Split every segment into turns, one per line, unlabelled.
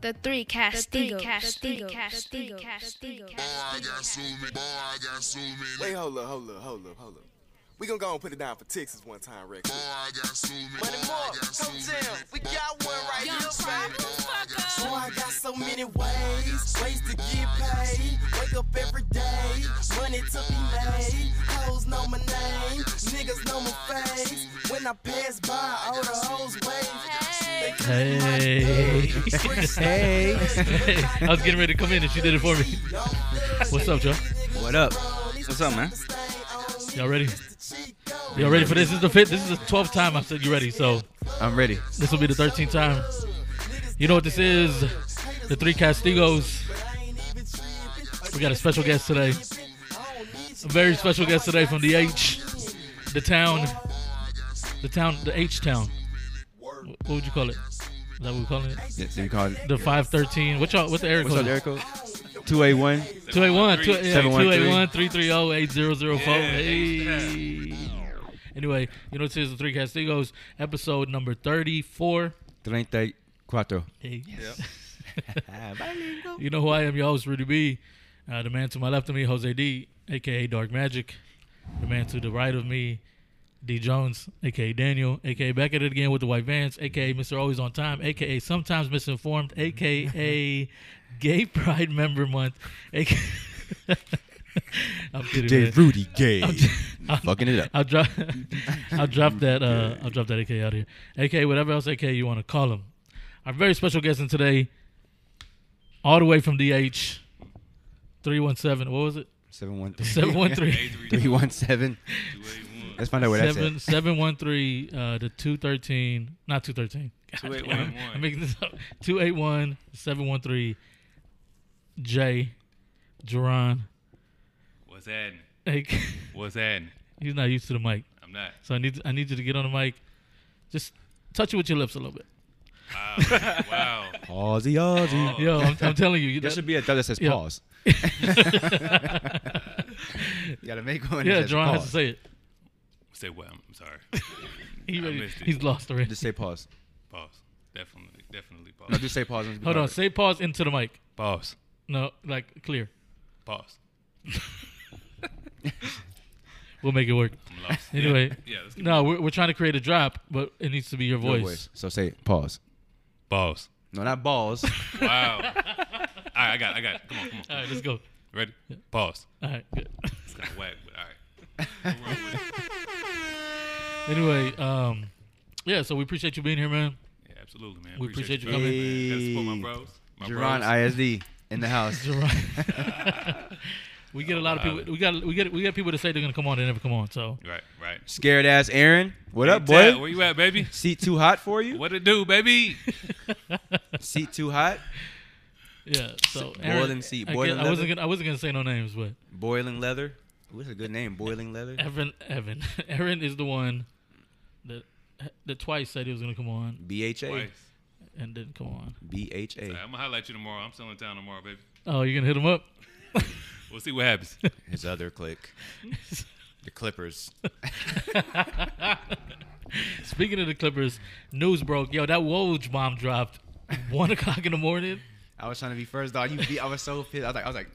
The three Castigo.
Castigo, Castigo,
Castigo,
Castigo,
Castigo.
Castigo.
Oh, I got so many. Boy, I got so many.
Wait, hold up, hold up, hold up, hold up. We gonna go and put it down for Texas one time, Rex.
Boy, I got so many. Boy,
Money
I
more,
got so
come tell.
many.
We got one right
Young
here,
Pride,
baby.
motherfucker.
Boy, I got so many ways, ways to get paid. Wake up every day, money to be made. Hoes know my name, niggas know my face. When I pass by, all the hoes wave.
Hey.
Hey.
I was getting ready to come in and she did it for me. What's up, Joe?
What up? What's up, man?
Y'all ready? Y'all ready for this? This is the fifth. This is the twelfth time I said you ready. So
I'm ready.
this will be the thirteenth time. You know what this is? The three Castigos. We got a special guest today. A very special guest today from the H, the town, the town, the H town. What would you call it? Is that what we calling it?
Yeah, so you call it.
The five thirteen. What y'all? What's the area
What's
code?
up, Jericho? 281.
281
713.
330 8004. Hey. Anyway, you know, this is the Three Castigos, episode number 34.
34.
Hey. you know who I am, your host, Rudy B. Uh, the man to my left of me, Jose D, aka Dark Magic. The man to the right of me, D Jones, aka Daniel, aka back at it again with the White Vans, aka Mr. Always On Time, aka sometimes misinformed, aka Gay Pride Member Month, aka I'm kidding. man.
Rudy Gay.
I'm-
Fucking it up.
I'll drop, I'll drop that. Uh, I'll drop that AK out here. AK, whatever else AK you want to call him. Our very special guest in today, all the way from DH, three one seven. What was it?
713.
Seven one three.
317. Let's find out what I
Seven
said.
seven one three. Uh, the two thirteen. Not two thirteen.
281.
I'm making this up. Two eight one seven one three. J, Jerron.
What's happening?
AK.
What's happening?
He's not used to the mic,
I'm not.
so I need I need you to get on the mic. Just touch it with your lips a little bit.
Wow. wow.
Aussie, Aussie.
Oh.
Yo, I'm, I'm telling you, you
There
that-
should be a dub that says
Yeah.
pause. You gotta make one. that
yeah,
says
Jerron has to
pause.
say it.
Say what? I'm sorry.
He
I
ready-
missed it.
he's lost already.
Just say pause.
Pause. Definitely. Definitely pause.
No, just say pause. and be
Hold on,
louder.
say pause into the mic.
pause.
No, like clear.
Pause.
We'll make it work.
I'm lost. Yeah.
Anyway,
Yeah. let's get
no, we're, we're trying to create a drop, but it needs to be your
Your
voice.
So say pause.
Pause.
No, not balls.
Wow. All right. I got. It, I got. It. Come on. Come on.
All right, let's go.
Ready? Pause.
All right, good.
It's kind of whack, but all right. We'll roll with it.
anyway, um, yeah, so we appreciate you being here, man.
Yeah, absolutely, man.
We appreciate you
man. Gotta
coming.
support my bros. My
Jerron
bros.
ISD in the house.
Jerron. we get a lot of people. We got we get we got people that say they're gonna come on, they never come on. So
Right. Right.
Scared ass Aaron. What up,
Hey,
boy?
Tad, Where you at, baby?
Seat too hot for you?
What it do, baby?
Seat too hot?
yeah, so
Boil
Aaron,
and see,
I,
boil
guess-
and
I wasn't
leather.
gonna I wasn't gonna say no names, but
Boiling leather. What's a good name? Boiling leather.
Evan, Evan, Aaron is the one that that twice said he was gonna come on
BHA.
Twice.
and didn't come on.
All right,
BHA.
I'm gonna highlight you tomorrow. I'm still in town tomorrow, baby.
Oh, you're gonna hit him up?
We'll see what happens.
His other click. The Clippers.
Speaking of the Clippers, news broke. Yo, that Woj bomb dropped one o'clock in the morning.
I was trying to be first, dog. You beat. I was so pissed. I was like, I was like,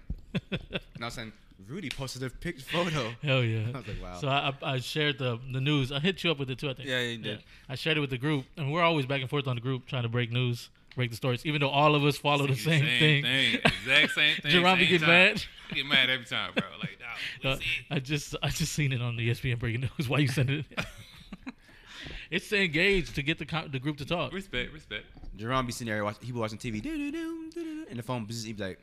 and I was saying, Rudy posted a picture photo.
Hell yeah!
I was like, wow.
So I, I I shared the the news. I hit you up with it too. I think.
Yeah, you did.
I shared it with the group, and we're always back and forth on the group trying to break news, break the stories, even though all of us follow the same, thing.
Exact same thing.
Jerome
same
get
time.
mad.
I get mad every time, bro. Like, nah,
Uh,
what's it?
I just I just seen it on the ESPN breaking news. Why you send it? it's to engage to get the co- the group to talk.
Respect, respect.
Jerome be sitting there, watch, he be watching TV, doo-doo-doo, doo-doo-doo, and the phone, bzzz, he be like,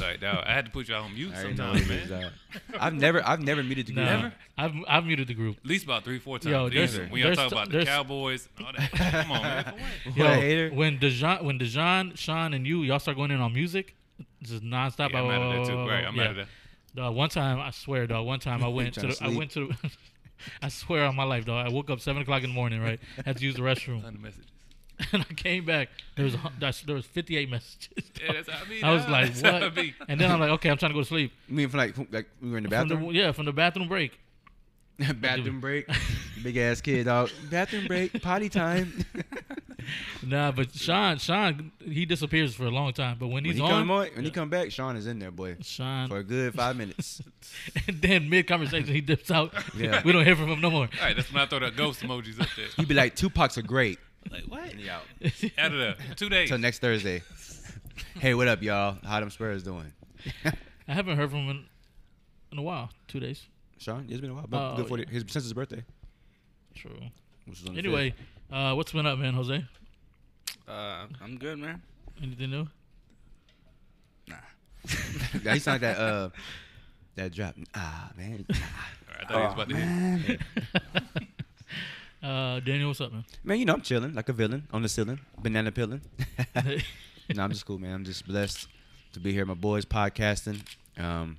Like, dog, I had to put y'all on mute
I already know what
sometimes,
it
man.
is,
At
dog. I've never, I've never muted the
No,
group.
I've I've muted the group.
least about three, four times.
Yo,
At
there's-
least when y'all
there's
talk
t-
about the
there's-
Cowboys and all that. Come on, man.
What a hater.
When Dejan, when Dejan, Sean, and you y'all start going in on music, just nonstop.
Yeah, I'm
blah,
out of
blah, blah,
there too. Right,
blah,
I'm
blah.
out of
Yeah.
there.
Dog, one time, I swear, dog. One time, I went to,
Tryna
the, I
sleep.
went to, the, I swear on my life, dog. I woke up seven o'clock in the morning, right? Had to use the restroom,
Find the messages.
and I came back. There was a hun- that's- there was fifty eight messages.
Yeah, that's how I mean.
I was
dog.
like,
That's how I
what?
be.
And then I'm like, okay, I'm trying to go to sleep.
You mean from like, from, like we were in the
From the,
bathroom?
yeah, from the bathroom break.
bathroom break. Big ass kid, dog. Bathroom break. Potty time.
nah, but Sean, Sean, he disappears for a long time. But when
When
he's
he
on,
come on, when he come back, Sean is in there, boy,
Sean,
for a good five minutes.
and then mid conversation he dips out.
Yeah.
we don't hear from him no more.
All right, that's when I throw the ghost emojis up there.
He'd be like, Tupac's a great.
Like what?
And he out.
Out of there. Two days.
Till next Thursday. hey, what up, y'all? How them Spurs doing?
I haven't heard from him in, in a while. Two days.
Sean, it's been a while. But
Oh,
good for
yeah.
his, since his birthday.
True.
Which was on the
Anyway,
5th.
uh, what's been up, man, Jose?
Uh, I'm good, man.
Anything new?
Nah.
Yeah, he sounded like that uh that drop. Ah man. Nah.
All right, I thought he was about to hit.
uh, Daniel, what's up, man?
Man, you know I'm chilling like a villain on the ceiling, banana peeling. no, I'm just cool, man. I'm just blessed to be here. My boys podcasting. Um,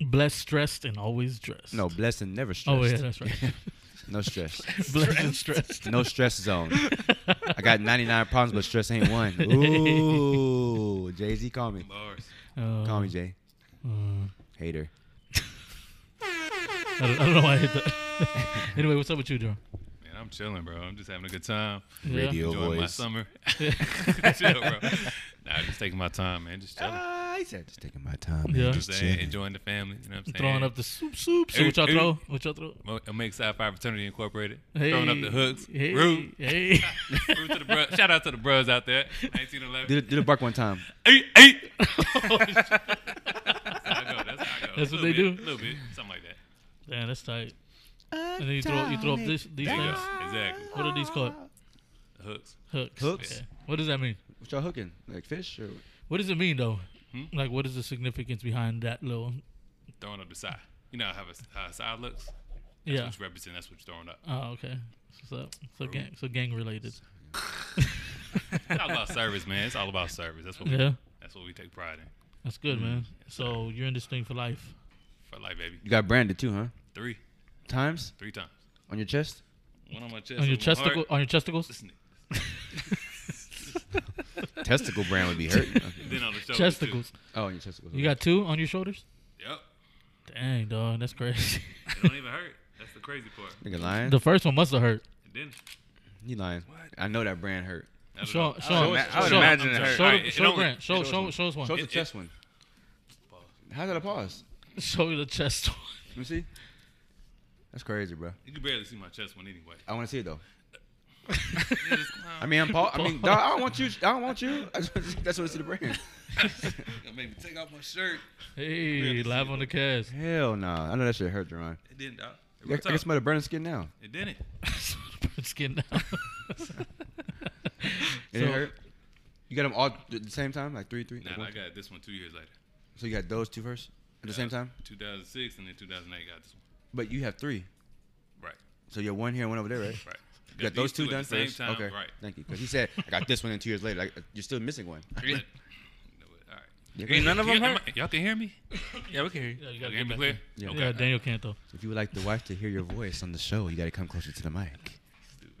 Blessed, stressed, and always dressed.
no blessed and never stressed.
Oh yeah, that's right.
No stress.
Blessed and stressed.
No stress zone. I got 99 problems, but stress ain't one. Ooh, Jay Z, call
Oh,
me.
Bars.
Um,
Call me Jay.
Uh,
Hater.
I don't, I don't know why I hit that. anyway, what's up with you, John?
Man, I'm chilling, bro. I'm just having a good time.
Yeah.
Radio
Enjoying my
voice.
summer. Chill, bro. Nah, just taking my time, man. Just chilling.
Ah, he said, just taking my time.
Yeah.
Man.
Just
Just
saying,
chilling.
enjoying the family. You know what I'm saying?
Throwing up the soup, soup. So
Hey,
what y'all
hey.
throw? What y'all throw?
Mo- Omega Psi Phi Fraternity Incorporated. Throwing up the hooks.
Hey,
Rude.
Hey.
Rude to the bro- Shout out to the bros out there. 1911.
Did, did a bark one time.
Eight, eight.
Oh, shit.
I go, that's, how I go.
That's what
Little
they
bit,
do.
A little bit. Something like that.
Damn, that's tight. And then you throw you throw up this these
There you
things.
go. Exactly.
What are these called?
The hooks.
Hooks.
Hooks?
Yeah. What does that mean?
What y'all hooking? Like fish or
What does it mean though?
Hmm?
Like, what is the significance behind that little?
Throwing up the side. You know how a s- how a side looks? That's
Yeah.
what's representing. That's what's throwing up.
Oh, okay. So, so gang, so gang related.
It's all about service, man. It's all about service. That's what we, Mm-hmm.
Yeah,
that's what we take pride in.
that's good, man. So you're in this thing for life.
For life, baby.
you got branded too, huh?
Three.
Times
Three times.
on your chest.
One on my chest.
On your
one on my
testicle,
heart.
on your testicles,
Listen,
Testicle brand would be hurting.
Then on the shoulder.
testicles.
oh, on your testicles.
You got two on your shoulders.
Too. Yep.
Dang, dog, that's crazy.
It don't even hurt. That's the crazy part.
nigga lying.
the first one must have hurt.
It didn't.
You lying. I know that brand hurt.
Not at all.
Show,
I
show,
would,
him-
ima- I would
show,
imagine it
I'm
hurt.
sorry.
show,
It
show
don't-
Grant, show,
it
show,
don't-
show us one.
Show us the
It- it-
chest one. How's that a pause?
Show you the chest one.
Let me see. That's crazy, bro.
You can barely see my chest one anyway.
I want to see it though.
Yeah, just, um,
I mean, I'm Paul. I mean, dog, I don't want you. I don't want you. I just, that's what it's to the brand.
gonna make me take off my shirt.
Hey, live on the cast.
Hell nah. I know that shit hurt, Jerron.
It didn't, dog. It,
I, I
ripped
can
off.
smell the burning skin now.
it didn't.
Skin down.
It
So-
didn't hurt. You got them all at the same time, like three, three.
Nah,
like
I
one?
got this one two years later. Uh,
So you got those two first at the same time,
2006 and then 2008 got this one.
but you have three.
Right,
So you have one here, and one over there, right?
right.
You got those two
these
done
at the same
first.
time.
okay,
Right.
Thank you. Because he said I got this one, and two years later, like you're still missing one.
All right.
Ain't none of them hurt.
Y'all can hear me?
Yeah, we can hear you.
Yeah, you gotta
Y'all can hear
get
me
back
clear?
in.
Yeah.
Okay.
Yeah, Daniel can't though.
If you would like the wife to hear your voice on the show, you got to come closer to the mic.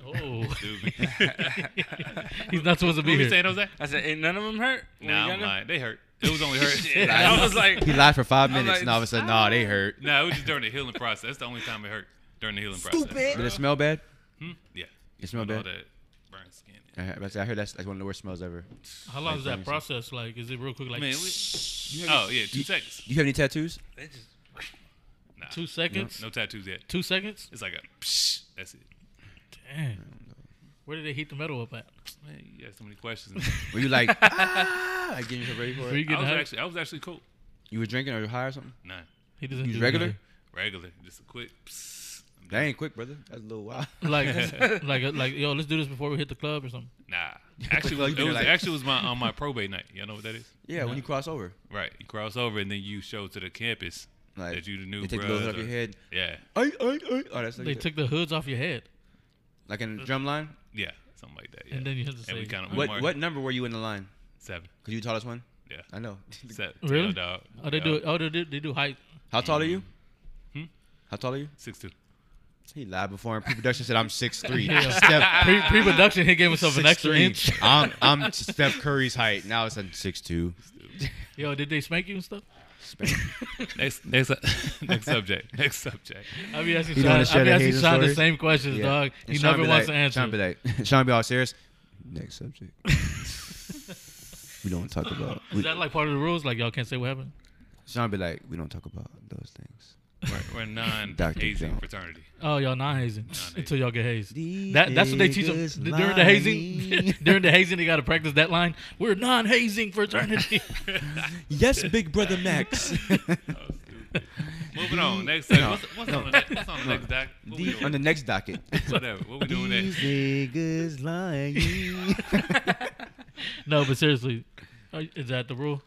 Oh,
Dude,
he's not supposed to be
What you
here.
saying, Jose?
I said, ain't none of them hurt. when
Nah,
you
I'm
got
lying. They hurt. It was only hurt.
them? I was like,
He lied for five
I'm
minutes,
like,
and all of a sudden, nah, they hurt.
no, it was just during the healing process. That's the only time it hurt during the healing process.
Did it smell bad?
Yeah.
It smell
All
bad.
that burnt skin.
I heard- I heard that's like one of the worst smells ever.
How long is
Like,
that process? Like, is it real quick? Like
Man, we, oh yeah, two seconds.
Do you have any tattoos?
they just,
Nah,
two seconds?
no tattoos yet.
Two seconds?
It's like a psh, that's it.
Damn. Where did they heat the metal up at?
Man, you asked so many questions.
Were you like, ah, like getting yourself ready for
Were you
it?
I
getting
was
high?
actually, I was actually cool.
You were drinking or high or something?
Nah,
he doesn't
you
do
regular?
that.
regular, just a quick. Psh, I'm
That
done.
ain't quick, brother. That's a little wild.
Like, like, like, yo, let's do this before we hit the club or something.
Nah, actually,
Like,
it
you're
was
like-
actually it was my on my probate night. Y'all know what that is?
Yeah, when you cross over,
Right, you cross over and then you show to the campus
like
that you the new.
they take a little
bruhs
hood off your
or-
head.
Yeah,
Ay, ay, ay. Oh, that's
They
like,
took the hoods off your head,
like in the drum line.
yeah, something like that. Yeah.
and then you have to say,
and we kind of
What what number were you in the line?
seven?
Cause you the tallest one.
Yeah,
I know.
seven.
Really?
Tail Dog.
"Oh, they do it. Oh, they do, they do height."
How tall are you?
Hmm?
How tall are you?
Six two.
He lied before in pre-production. Said I'm six three.
Yeah.
Ah.
Steph,
Pre- pre-production, he gave himself an extra
6'3".
inch.
I'm I'm Steph Curry's height. Now it's at six two.
Yo, did they spank you and stuff?
Next next next subject. Next subject.
I be asking
You
Sean,
don't wanna
I
share
be
the
asking
hazing
Sean the
stories?
same questions, dog. He never wants to answer.
Sean be like, Sean be all serious. Next subject. we don't talk about. We,
Is that like part of the rules? Like y'all can't say what happened?
Sean be like, we don't talk about those things.
We're, we're non
Dr.
hazing
Jones.
fraternity.
Oh, y'all not hazing until y'all get hazed.
These
That, that's what they teach them
niggas
during the hazing.
lying.
during the hazing, they got to practice that line. We're non-hazing fraternity.
Yes, Big Brother Max.
Moving on. Next. Thing. What's, what's on the next? What's on the next doc? What we
The- on
doing?
the next docket.
Whatever. What we doing
These
next?
niggas lying.
no, but seriously, are- is that the rule?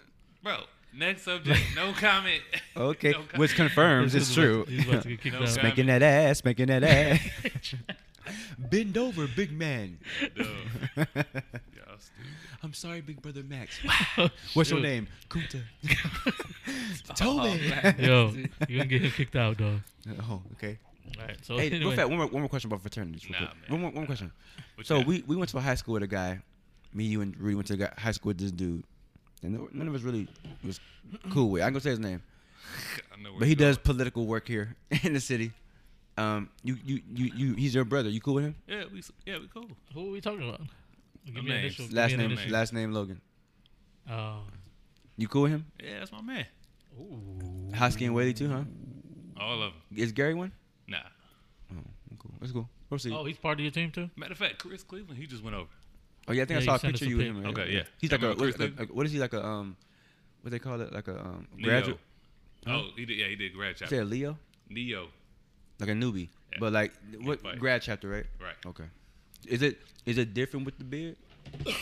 Bro, next subject. No comment.
okay,
No com-
which confirms
This
it's
is about-
true.
he's about to get kicked
No
out.
comment.
Making that ass, making that ass. Bend over, big man.
Duh. Y'all stupid.
I'm sorry, Big Brother Max. What's your
Dude.
name? Kunta. Toby.
Yo, you gonna get him kicked out, dog.
Oh, okay.
All right. So
Hey, real
anyway,
fast, one more, one more question about fraternities. real
Nah,
quick.
man.
One more, one more question.
What
so
you got?
we, we went to a high school with a guy. Me, you, and Rudy went to a guy, high school with this dude, and no- none of us really was cool with. I ain't gonna say his name,
I know where
but he
you
does political work here in the city. Um, you, you, you, you, he's your brother. You cool with him?
going. Yeah, we s- yeah we cool.
who are we talking about? Give me
names.
initial. give
Last
me an
name,
initial.
last name Logan.
Oh.
You cool with him?
Yeah, that's my man.
Ooh.
Hosky and Whaley too, huh?
All of them.
Is Gary one?
Nah.
Oh, cool. That's cool. Proceed.
Oh,
Oh,
he's part of your team too.
Matter of fact, Chris Cleveland, he just went over.
yeah, I think
Yeah, you
I saw a
sent
picture
us a
you with
pic.
him. right?
Okay, yeah.
He's
Yeah,
like a,
remember
what,
Chris
like- what is he like a um, what they call it like a um
Neo.
graduate?
Oh, he did. Yeah, he did grad
Is
chapter.
that a Leo?
Neo.
like a newbie,
Yeah.
but like what
fight.
grad chapter, right?
Right.
Okay. Is it is it different with the beard?
I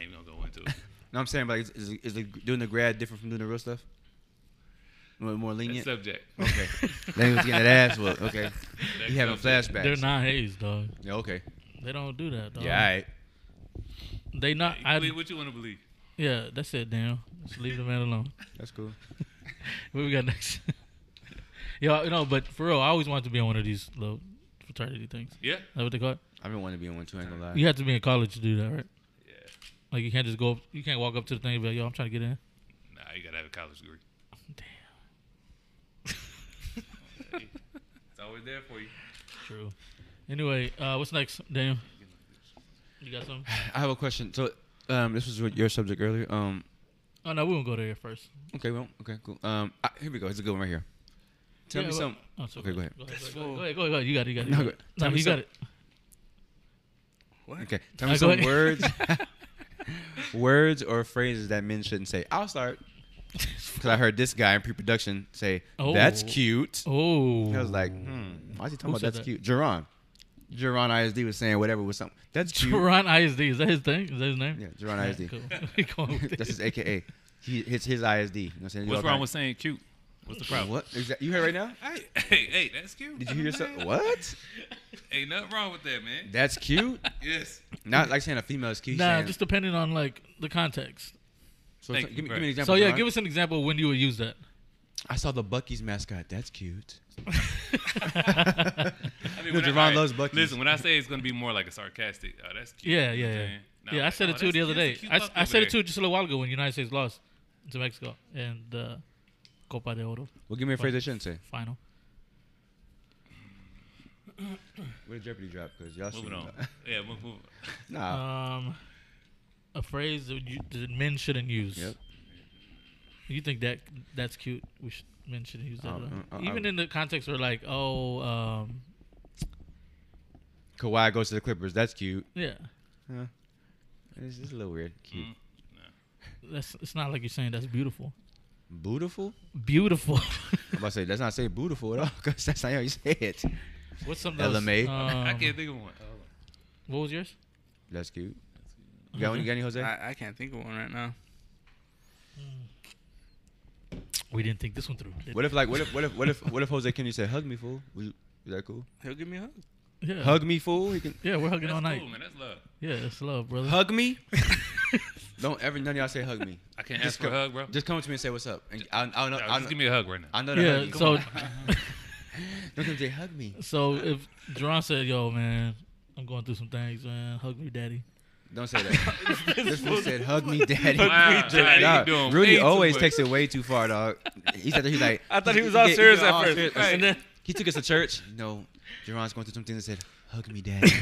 ain't gonna go into it.
No, I'm saying like is, is, is the, doing the grad different from doing the real stuff? More, more
Next
lenient.
subject.
Okay. then he was getting that ass whooped. Okay.
Next
You having
subject.
flashbacks?
They're not Oh. hazed, dog.
Yeah, okay.
They don't do that, dog.
Yeah. All right.
They not.
You
I,
believe what you want to believe.
yeah, that's it, Daniel. Just leave the man alone.
That's cool.
What we got next? Yo, no, but for real, I always wanted to be on one of these little fraternity things. Is
Yeah.
that what they call it?
I've been wanting to be in one too. I ain't gonna lie.
You have to be in college to do that, right?
Yeah.
Like you can't just go. Up, you can't walk up to the thing and be like, "Yo, I'm trying to get in."
Nah, you gotta have a college degree.
Damn.
It's always there for you.
True. Anyway, uh, what's next, Daniel? You got something?
I have a question. So, um, this was what your subject earlier. Um,
Oh no, we won't go there first.
okay, well, okay, cool. Um, I, here we go. It's a good one right here. Tell
Yeah,
me
well-
something.
Oh, so
Okay, go ahead.
Go ahead, go ahead, go ahead, go ahead. You got it. You got it.
No,
you
go-
got it.
tell
no
me
you got
some-
it.
Okay, tell
Uh, go
me some
ahead.
words, words or phrases that men shouldn't say. I'll start because I heard this guy in pre-production say, "That's
Oh.
cute."
Oh.
I was like, "Hmm, why is he talking
Who
about
said
that's
that?
cute?" Jerron, Jerron ISD was saying whatever was something. That's cute.
Tehran ISD. Is that his thing? Is that his name?
Yeah, Jerron ISD.
Cool. We going with
that's
this.
his AKA. He, his his ISD. You know what I'm saying? You
What's
all
wrong
kinda-
with saying cute? What's the problem?
what? Exa- You heard right now?
Hey, hey, hey, that's cute.
Did you hear yourself? What?
Ain't nothing wrong with that, man.
That's cute.
Yes.
Not like saying a female is cute.
Nah,
saying-
just depending on like the context.
so
Thank
give,
you,
me,
bro.
give me an
So
example.
yeah,
Jerron.
give us an example of when you would use that.
I saw the Bucky's mascot. That's cute.
I mean,
No,
when I-
Javon
all right,
loves Buc-ee's.
Listen, when I say it's gonna be more like a sarcastic, oh, that's cute.
yeah, yeah,
You know what
yeah.
I'm saying? Nah,
yeah, I
like,
said
oh,
it too
that's
the other day.
cute, that's a
I,
cute puppy
I said
over
it too just a little while ago when the United States lost to Mexico and the Copa de Oro
Well, give me a phrase I shouldn't say.
final.
Where did Jeopardy drop? Because y'all
there. Moving
seen
on. Uh,
that.
Yeah, move, move.
nah.
Um, a phrase that, you, that men shouldn't use.
Yep.
You think that that's cute? We should men shouldn't use that.
Um,
right?
uh, uh,
Even
uh,
in the context where like, oh, um,
Kawhi goes to the Clippers. That's cute.
yeah,
It's, it's a little weird. Cute.
Mm.
that's it's not like you're saying that's beautiful.
Beautiful?
Beautiful.
I'm about to say, let's not say beautiful at all because that's not how you say it.
What's something Else?
LMA.
Um,
I can't think of one. Hold on.
What was yours?
That's cute. You got, one, you got any, Jose?
I, I can't think of one right now.
We didn't think this one through.
what if like what if what if what if what if Jose Kenny said hug me fool? Would you- Is that cool?
He'll give me a hug.
yeah.
Hug me fool. He can
Yeah, we're hugging
That's
all night.
cool, man. That's love.
Yeah, it's love, brother.
hug me. Don't ever none of y'all say hug me.
I can't
Just
ask for a
go-
hug, bro.
Just come up to me and say what's up. And I, I, know.
Nah,
I,
just
know
give me a hug right now.
I know.
yeah.
That
So,
don't come say hug me.
so if Jerron said, "Yo, man, I'm going through some things, man. Hug me, daddy."
Don't say that. this fool said hug me, daddy.
Wow, Daddy, you
Nah,
doing way
Rudy
too
always
much.
takes it way too far, dog. He's out there, he's like,
I thought he was
get-
all
he
serious
got
at
all
first.
serious.
Right.
And then he took us to church. No, Jerron's going through some things and said, hug me, daddy.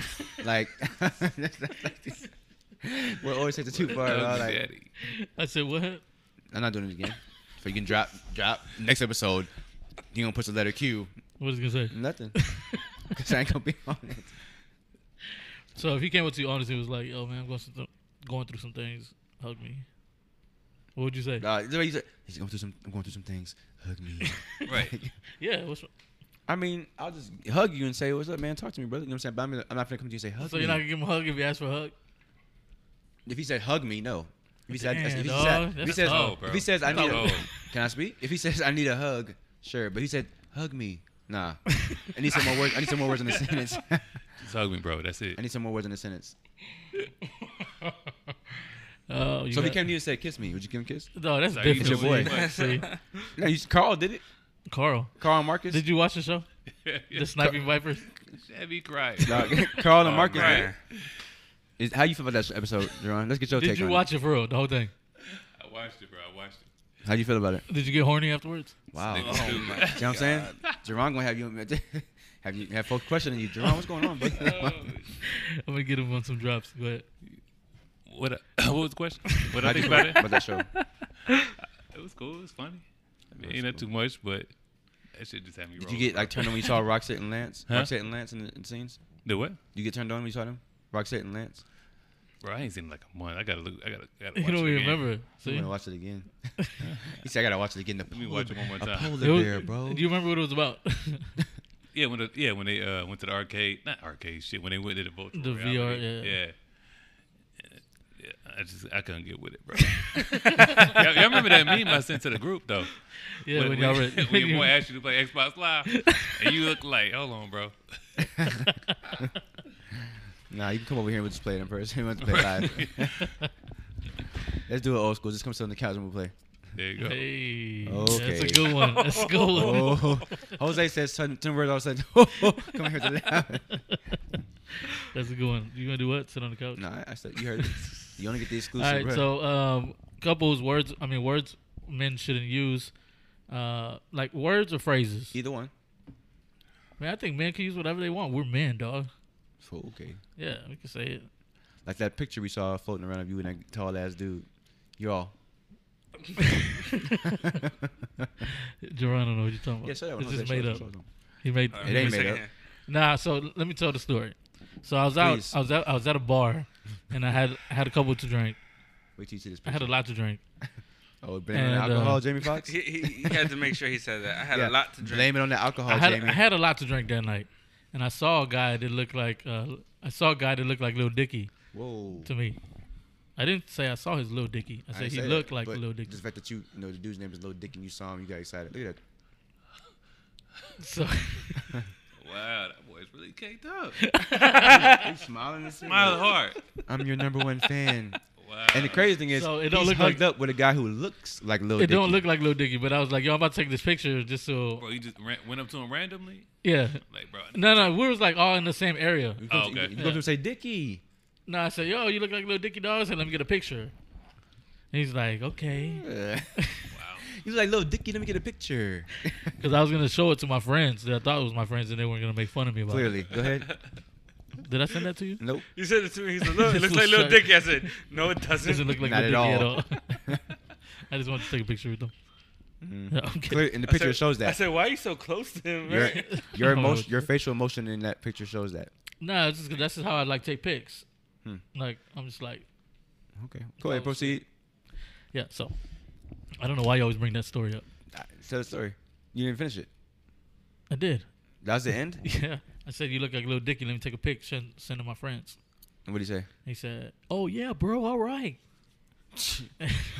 like, we'll always take the too far.
Hug
dog.
me,
Like,
daddy.
I said, what?
I'm not doing it again. So you can drop, drop. Next episode, you gonna push the letter Q.
What was he gonna say?
Nothing. Cause I ain't gonna be on it.
So if he came up to you honestly, was like, "Yo, man, I'm going through some, going through some things. Hug me." What would you say?
Nah, that's what he said. he's going through some. I'm going through some things. Hug me.
Right.
Yeah. What's,
I mean, I'll just hug you and say, "What's up, man? Talk to me, brother." You know what I'm saying? But I'm, I'm not gonna come to you and say, "Hug
so
me."
you're not gonna give him a hug if he asks for a hug?
if he said, "Hug me," no. If he said,
Damn,
if he,
dog,
said, if he
that's
says,
tough,
if
bro.
he says, "I need," a,
Tough.
can I speak? If he says, "I need a hug," sure. But he said, "Hug me." Nah. I need some more words. I need some more words in the sentence. I
Just hug me, bro. That's it.
need some more words in the sentence.
Oh, you
So if he
got-
came to you and said, "Kiss me," would you give him a kiss?
No, that's
Like, you
different.
It's your
boy.
See,
No, you, Carl did it.
Carl,
Carl and Marcus.
did you watch the show, The Sniping Vipers?
That'd be crying.
Nah, Carl and
Oh,
Marcus.
right.
did it. Is, how you feel about that episode, Jerron? Let's get your
Did
take
you
on
watch it for real? The whole thing?
I watched it, bro. I watched it.
it. How you feel about it?
Did you get horny afterwards?
Wow. Oh
Nigga stupid.
You know what I'm saying? Jerron gonna have you have you have folks questioning you. Jerron, what's going on, bro?
I'm gonna get him on some drops. Go ahead.
What, I- what was the question? What I
How'd you
think
feel
about it?
about that show?
It was cool. It was funny. I mean,
was
ain't that
cool.
too much, but that shit just had me
Did you
rolling,
get
bro.
like turned on when you saw Roxette and Lance?
Huh?
Roxette and Lance in the in scenes?
the what?
You get turned on when you saw them? Roxette and Lance?
Bro, I ain't seen it like a month. I gotta look. I gotta. I gotta
You
watch
don't
it
even
again.
remember. it.
I'm
See,
gonna watch it again. he said I gotta watch it again. The
me
polar
watch it one more
bear-
time.
A
It
polar
was-
bear, bro.
Do you remember what it was about?
Yeah, when the, yeah when they uh, went to the arcade, not arcade shit. When they went to the virtual
The
reality.
VR, yeah.
yeah. Yeah, I just I couldn't get with it, bro. y'all, y'all remember that meme I sent to the group though?
yeah, when, y'all read.
when your boy asked you to play Xbox Live, and you look like, hold on, bro.
Nah, you can come over here and we'll just play it in person. We'll play it live. Let's do it old school. Just come sit on the couch and we'll play.
There you go.
Hey, that's
Okay.
a good one. That's a good one.
Oh, Jose says ten ten words all of a sudden. Oh, come here to the
That's a good one. You gonna do what? Sit on the couch.
Oh. No, I, I said you heard. It. You only get the exclusive.
All right.
bro.
So, um, couples words. I mean, words men shouldn't use. Uh, like words or phrases.
either one.
Man, I think men can use whatever they want. We're men, dog.
Oh, okay.
Yeah, we can say it.
Like that picture we saw floating around of you and that tall ass dude. Y'all.
Jerron don't know what you're talking about.
Yeah, show that one.
It's
Jose,
just
show
made
that
up.
one, show that one.
He made.
It ain't made up.
Nah. So l- let me tell the story. So I was out.
Please.
I was out. I was at a bar, and I had I had a couple to drink.
Wait till you see this
I had
picture.
a lot to drink.
Oh, blame it on
And, uh,
alcohol, Jamie Foxx?
He, he, he had to make sure he said that. I had
Yeah.
a lot to drink.
Blame it on the alcohol,
I had
Jamie.
I had a lot to drink that night, and I saw a guy that looked like uh, I saw a guy that looked like Lil Dicky
Whoa.
to me. I didn't say I saw his Lil Dicky. I
I
said
didn't
he
say that,
looked like
but
Lil
just
Dicky.
The fact that you, you know the dude's name is Lil Dick and you saw him, you got excited. Look at that.
So
Wow, that boy's really caked up.
He's smiling and
Smile hard.
I'm your number one fan.
Wow.
And the crazy thing is,
So it
he's
don't look like-
hugged up with a guy who looks like Lil
it
Dicky.
don't look like Lil Dicky, but I was like, yo, I'm about to take this picture just so
bro, you just ran, went up to him randomly,
yeah.
like, bro. I
No, no, we was like all in the same area.
You come
Oh,
to-
okay.
You go to him and say Dicky.
No, I said, yo, you look like Lil Dicky dog. I said, let me get a picture. And he's like, okay,
Yeah. He's like Lil Dicky. Let me get a picture.
because I was gonna show it to my friends that I thought was my friends, and they weren't gonna make fun of me about
Clearly, go ahead.
it. Did I send that to you?
Nope.
He said it to me. He said, "Look, it looks
So
like Lil
sorry.
Dicky." I said, "No, it doesn't."
Doesn't look like
Not
Lil
at
Dicky
all.
at all. I just wanted to take a picture with them.
Mm-hmm.
No, I'm kidding.
Clear, and the picture
said-
shows
I
that.
said, "Why are you so close to him?"
Your,
Man?
your
I don't know
emotion,
what-
your facial emotion in that picture shows that.
Nah, it's just 'cause that's just how I like take pics. Like I'm just like,
Okay. Go ahead.
Oh,
Proceed.
yeah. So I don't know why you always bring that story up.
Uh, Tell the story. You didn't finish it.
I did.
That's the end.
Yeah. I said you look like Lil Dicky. Let me take a picture and send to my friends.
What do you say?
He said, "Oh yeah, bro. All right."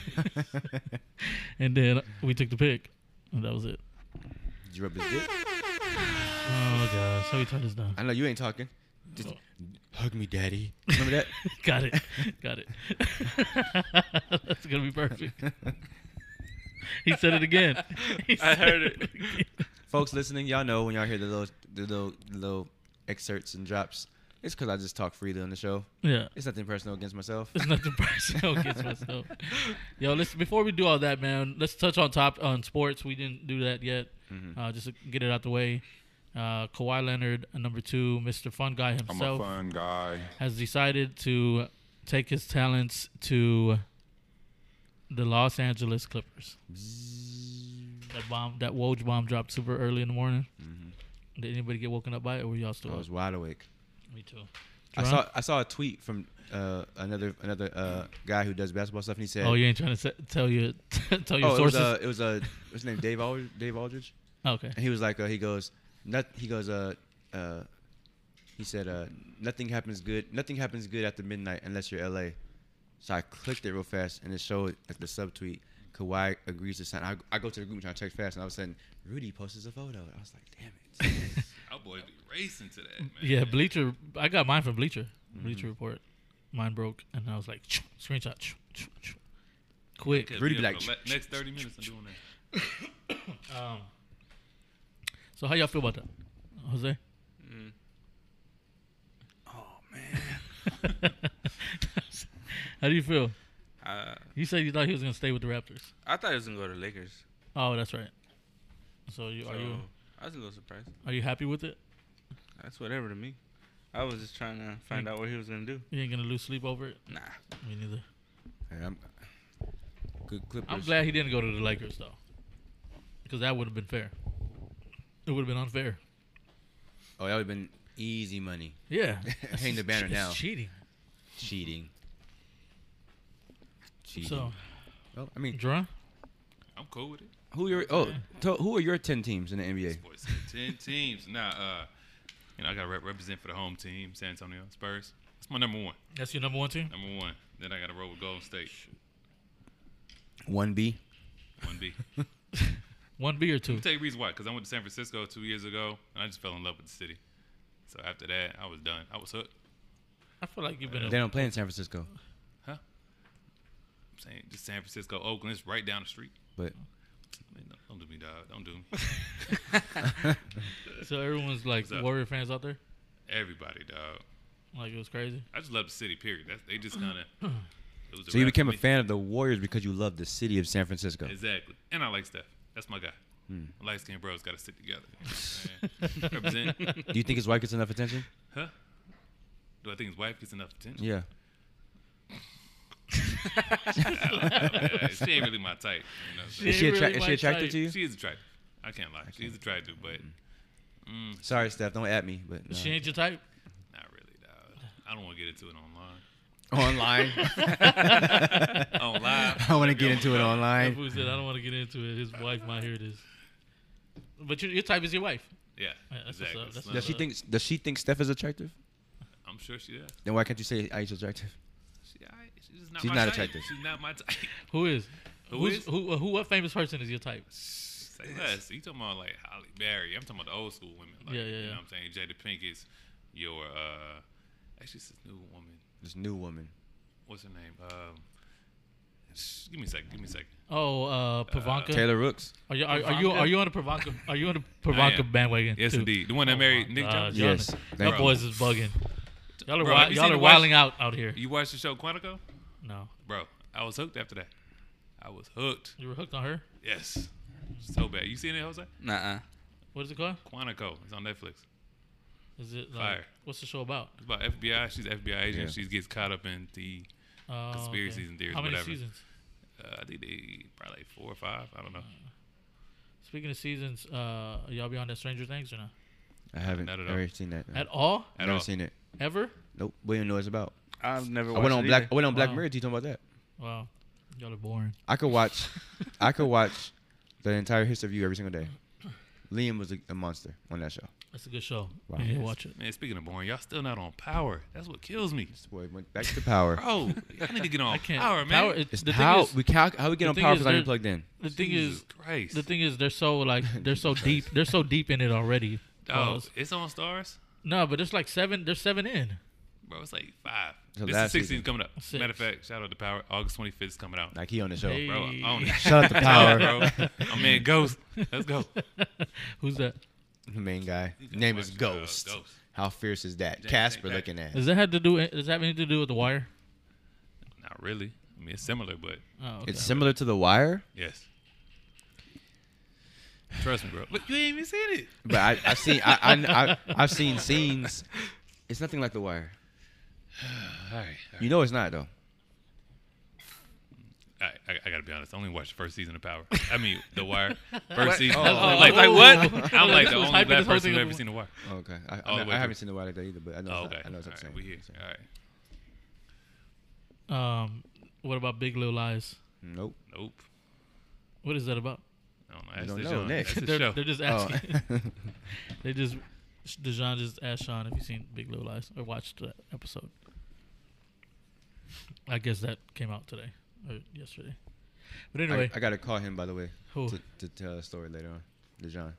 and then we took the pic, and that was it.
Did you rub his dick?
Oh gosh, how we turn this down?
I know you ain't talking. Just
Oh.
hug me, daddy. Remember that?
Got it. Got it. That's gonna be perfect. he said it again. He
I
said
heard it.
again.
Folks listening, y'all know when y'all hear the little, the little, the little excerpts and drops, it's because I just talk freely on the show.
Yeah.
It's nothing personal against myself.
It's nothing personal against myself. Yo, let's before we do all that, man. Let's touch on top on sports. We didn't do that yet. Uh, just to get it out the way. Uh, Kawhi Leonard, uh, number two, Mr. Fun Guy
I'm
himself,
a fun guy.
has decided to take his talents to the Los Angeles Clippers. That bomb, that Woj bomb dropped super early in the morning. Did anybody get woken up by it, or were y'all still
I
up?
was wide awake.
Me too.
I
Jerron?
saw I saw a tweet from uh, another another uh, guy who does basketball stuff, and he said,
Oh, you ain't trying to se- tell your tell your
oh, it was
sources.
uh, it was uh, what's his name, Dave Aldridge, Dave Aldridge,
okay.
and he was like, uh, he goes, not, he goes, uh, uh, he said, uh, nothing happens good, nothing happens good after midnight unless you're LA. So I clicked it real fast, and it showed like the subtweet. Kawhi agrees to sign. I, I go to the group trying to check fast, and all of a sudden Rudy posts a photo. I was like, damn it.
Our boy be racing to that. Man.
Yeah, Bleacher. I got mine from Bleacher. Bleacher Report. Mine broke, and I was like, screenshot, quick.
Could
Rudy
be
be
up
like,
for the le- next thirty minutes. I'm doing that.
Um, So how y'all feel about that, Jose? Oh man. how do you feel?
Uh,
You said you thought he was gonna stay with the Raptors.
I thought it was gonna go to Lakers.
Oh, that's right. So you, are you
so I was a little surprised.
are you happy with it?
That's whatever to me. I was just trying to find
Mm.
out what he was gonna do.
You ain't gonna lose sleep over it.
Nah,
Me neither.
Hey, I'm, good Clippers.
I'm glad he didn't go to the Lakers though, because that would have been fair. It would have been unfair.
Oh, that would have been easy money.
Yeah.
Hang the banner
It's
now.
cheating.
Cheating. Cheating.
So,
well, I mean,
Jerron?
I'm cool with it.
who your oh, to, who are your ten teams in the NBA?
Boy said ten teams. Now, uh, you know, I got to rep- represent for the home team, San Antonio Spurs. That's my number one.
That's your number one team?
Number one. Then I got to roll with Golden State.
One B.
One B.
One B or two?
Tell you the reason why, because I went to San Francisco two years ago, and I just fell in love with the city. So after that, I was done. I was hooked.
I feel like you've been
They
a,
don't play in San Francisco,
I'm saying just San Francisco, Oakland. It's right down the street.
but
Man, don't- don't do me, dog. Don't do me.
so everyone's like
up?
Warrior fans out there.
Everybody, dog.
Like it was crazy.
I just love the city. Period. That's, they just kind of.
so you became a fan of the Warriors because you love the city of San Francisco.
Exactly. And I like Steph. That's my guy.
Hmm.
My light skinned bros got to sit together. Man. Represent.
Do you think his wife gets enough attention?
Huh? Do I think his wife gets enough attention?
Yeah.
Uh, she ain't really my type. You know, so-
She
Is she,
ain't
attra-
really
is
my
she attracted
type.
to you?
She is attractive. I can't lie. She's attractive, but
Sorry, Steph. Don't at me. But no.
She ain't your type.
not really, dog. I don't want to get into it online.
online.
On live.
I want to get into it
That
online.
fool said I don't want to get into it. His wife might hear this. But your, your type is your wife.
Yeah,
Yeah, that's what's
exactly.
up. That's what's
Does
That's
she
Uh,
think? Does she think Steph is attractive?
I'm sure she does.
Then why can't you say Aisha's attractive?
She, I, she's just not
She's
my
not
type.
attractive.
She's not my type.
Who is?
Who
Who's-
is?
Who, who? What famous person is your type?
Say less. You talking about like Holly Berry? I'm talking about the old school women. Like,
Yeah, yeah,
You
yeah.
know what I'm saying? Jada Pinkett's your uh, actually it's this new woman.
This new woman.
What's her name? Um, sh- give me a second. Give me a second.
Oh, uh, Pavanka.
Taylor Rooks.
are you are, are you are you on a Pavanka? Are you on a
I
Pavanka
am.
bandwagon?
Yes,
too?
indeed. The one that
Oh
married
my
Nick
God,
Jones.
y'all-
Yes.
Y'all
Thank you.
boys is bugging. Y'all are
Bro,
wi-
have you
y'all
seen
are
the Watch-
wilding out out here.
You watched the show Quantico,
No,
bro? I was hooked after that. I was hooked.
you were hooked on her.
Yes, so bad. You seen it, Jose?
nah.
What is it called?
Quantico. It's on Netflix.
Is it like,
Fire.
What's the show about?
It's about FBI. She's an FBI agent.
Yeah.
She gets caught up in the.
Uh,
Conspiracies and theories,
How many
whatever.
seasons?
Uh, I think they probably like four or five. I don't know.
Speaking of seasons, uh, y'all be on that Stranger Things or not?
I haven't
Not at all.
ever seen that.
At all?
At
never
all.
seen it.
Ever?
Nope. We don't know what it's about.
I've never.
I
Watched
went on
it
Black.
either.
I went on Black
Wow.
Mirror. You talking about that?
Wow, y'all are boring.
I could watch. I could watch the entire history of you every single day. Liam was a, a monster on that show.
That's a good show. You
Wow.
need to
Yes.
watch it.
Man, speaking of boring, y'all still not on power. That's what kills me.
This boy went back to power.
Bro, I need to get on
I can't.
power, man.
it-
It's
the
how
thing is,
we how, how we get
the
on
thing
power
is
because I
there-
didn't plugged in.
the thing
Jesus
is,
Christ.
the thing is, they're so like they're so deep. They're so deep in it already.
oh,
Pause.
it's on stars?
No, but there's like seven. There's seven in.
Bro, it's like five.
So
this is
last
16
season.
coming up.
Six.
Matter of fact, shout out to Power. August 25th is coming out.
Like he on the show.
Hey.
Bro, I own it.
Shout out to power.
bro. I'm in Ghost. Let's go.
Who's that?
the main guy. Name is
watch, uh,
Ghost.
Ghost.
How fierce is that?
Jack-
Casper
Jack-
looking at.
Does that have to do? Does that have anything to do with the wire?
Not really. I mean, it's similar, but
Oh, okay.
It's similar to The Wire.
yes. Trust me, bro. But you ain't even seen it.
But I, I've seen I, I, I have seen scenes. It's nothing like The Wire.
All right,
You know it's not though.
all right. I, I gotta be honest. I only watched the first season of Power. I mean, The Wire. First season.
oh,
I'm like,
oh.
like what? I'm like
This
the
was
only
hyping
black
this whole
person
thing
who
up.
ever seen The Wire.
Oh, okay. I,
Oh,
I,
wait,
I
wait.
haven't seen The Wire like that either, but I know.
Oh,
it's
okay.
not, I know it's
All
not the same.
right, we here. All right.
Um, what about Big Little Lies?
Nope.
Nope.
What is that about?
I don't know. That's
don't
the
know,
show.
Nick.
That's the
they're,
show.
they're just
Oh.
asking. they just Dejan just asked Sean if you seen Big Little Lies or watched that episode. I guess that came out today or yesterday. But anyway,
I, I gotta call him by the way
Who?
to, to tell a story later on. Dejan,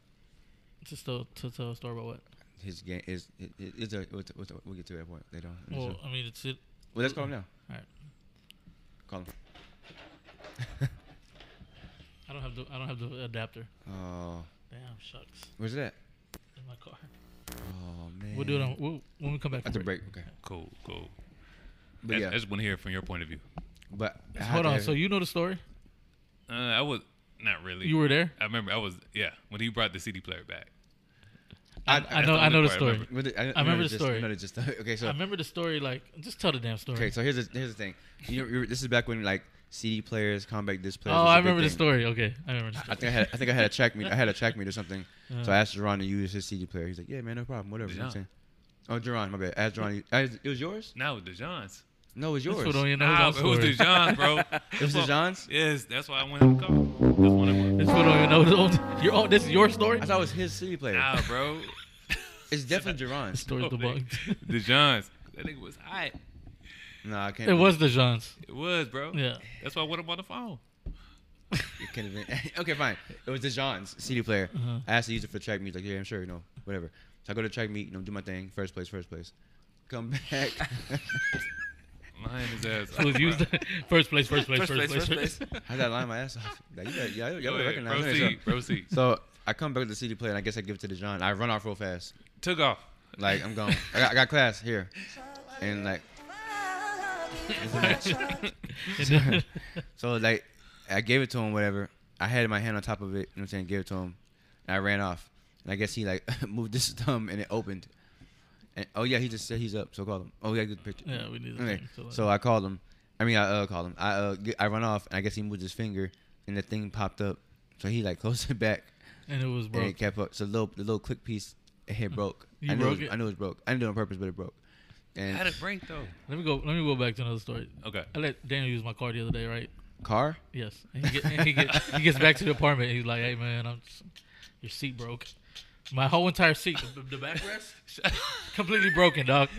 just to, to tell a story about what?
his game is it, it- it's a we'll, we'll- we'll get to that point later on. in the
Well,
show.
I mean, it's it.
well, let's call him now.
All right,
Call him.
I don't have the I don't have the adapter.
Oh,
Damn, shucks,
where's that?
in my car.
Oh man.
We'll do it on we'll, when we come back.
after
from
break. Okay.
Cool, cool.
But
yeah.
yeah.
I just want to hear from your point of view.
But I had
Hold
to
on.
have-
So you know the story?
Uh, I was not really.
You were there?
I remember I was yeah when he brought the CD player back.
I,
I-
I
that's
know.
the
I
only
know the
part I
story.
remember.
What did- I,
remember the
just-
story.
I know just, okay, so
I remember the story. Like, just tell the damn story.
Okay, so here's the, here's the thing. You know, you- this is back when like CD players, compact disc players.
oh,
was a
I
big
remember the
thing.
story. Okay, I remember. The
I
story.
think I had I think I had a track meet I had a track meet or something. So
Uh.
I asked Jerron to use his CD player. He's like, yeah, man, no problem, whatever. You know what I'm saying? Oh, Jerron, my bad. I asked Jerron. I, it was yours?
Now with DeJohn's.
No, it was
This
yours.
fool don't
It
even know his own
Nah, it was
story.
DeJohn's, bro. It
was John's.
Yes, that's why I wanted to call. That's what I wanted.
This fool don't even know his own. Your own. This is your story.
I thought it was his CD player.
Nah, bro.
It's definitely Jerron's.
Story debunked.
DeJohn's. That nigga was hot.
Nah, I can't.
It was the Johns.
It was, bro.
Yeah.
That's why I wanted him on the phone.
It could have been. okay, fine. It was Dejan's CD player.
Uh-huh.
I asked to use it for track meet. He's like, yeah, I'm sure, you know, whatever. So I go to track meet, you know, do my thing, first place, first place. Come back.
Lying his ass.
It was
off,
used
bro.
first place. First place. First place.
place,
First place.
first
I got to line my ass off. Like, you got, yeah,
Go
y'all
ahead,
recognize me.
Proceed,
So,
proceed.
so I come back to the CD player, and I guess I give it to Dejan. I run off real fast.
Took off.
Like, I'm gone. I got, I got class here. And, like,
And then-
so, like, I gave it to him, whatever. I had my hand on top of it, you know what I'm saying? Gave it to him. And I ran off. And I guess he, like, moved his thumb, and it opened. And, oh, yeah, he just said he's up, so call him. Oh, yeah, good picture.
yeah, we need.
Okay, so I called him. I mean, I uh, called him. I uh, g- I run off, and I guess he moved his finger, and the thing popped up. So he like closed it back,
and it was
and
broke.
it kept up. So the little the little click piece, it had broke.
You
I knew
broke
was,
it?
I knew it was broke. I didn't do it on purpose, but it broke. And
Had a break though.
Let me go. Let me go back to another story.
Okay.
I let Daniel use my car the other day, right?
car.
Yes. And he, get, and he, get, he gets back to the apartment. And he's like, "Hey man, I'm just- your seat broke. My whole entire seat, the, the backrest, completely broken, dog.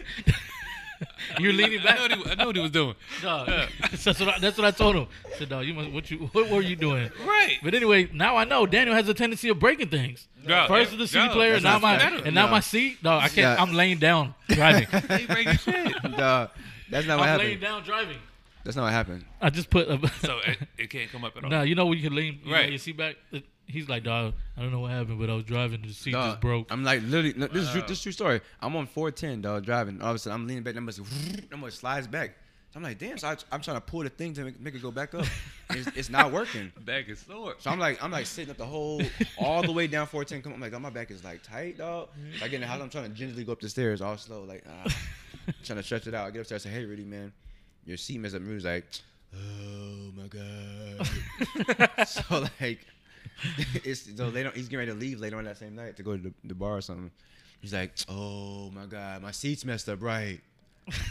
You're leaning
I know,
back,
what he, I know what he was doing.
dog. that's, what I, that's what I told him. I said, dog, you must, what you, what were you doing?
Right.
But anyway, now I know Daniel has a tendency of breaking things.
Dog,
First
that-
with the CD
dog,
player,
that's
now
not
my
better.
and now
No.
my seat, dog. I can't.
Yeah.
I'm laying down driving.
He breaking shit.
Duh, that's not what
I'm laying
happened.
down driving.
That's not what happened.
I just put a.
So it, it can't come up at all.
No, you know when you can lean you
Right.
know, your seat back. It- He's like, dog, I don't know what happened, but I was driving, the seat
Duh,
just broke.
I'm like literally. no, this is true, this is true story. I'm on 410, dog, driving. All of a sudden, I'm leaning back. That must that must slides back. So I'm like, damn. So I, I'm trying to pull the thing to make, make it go back up. It's, it's not working.
Back is sore.
So I'm like, I'm like sitting up the whole, all the way down 410. Come, I'm like, dog, my back is like tight, dog. So I get in the house, I'm trying to gingerly go up the stairs, all slow, like, ah, trying to stretch it out. I get upstairs, I say, hey, Rudy, man, your seat messed up. And Rudy's like, oh my god. so like, it's so later. He's getting ready to leave later on that same night to go to the, the bar or something. He's like, oh my god, my seat's messed up, right?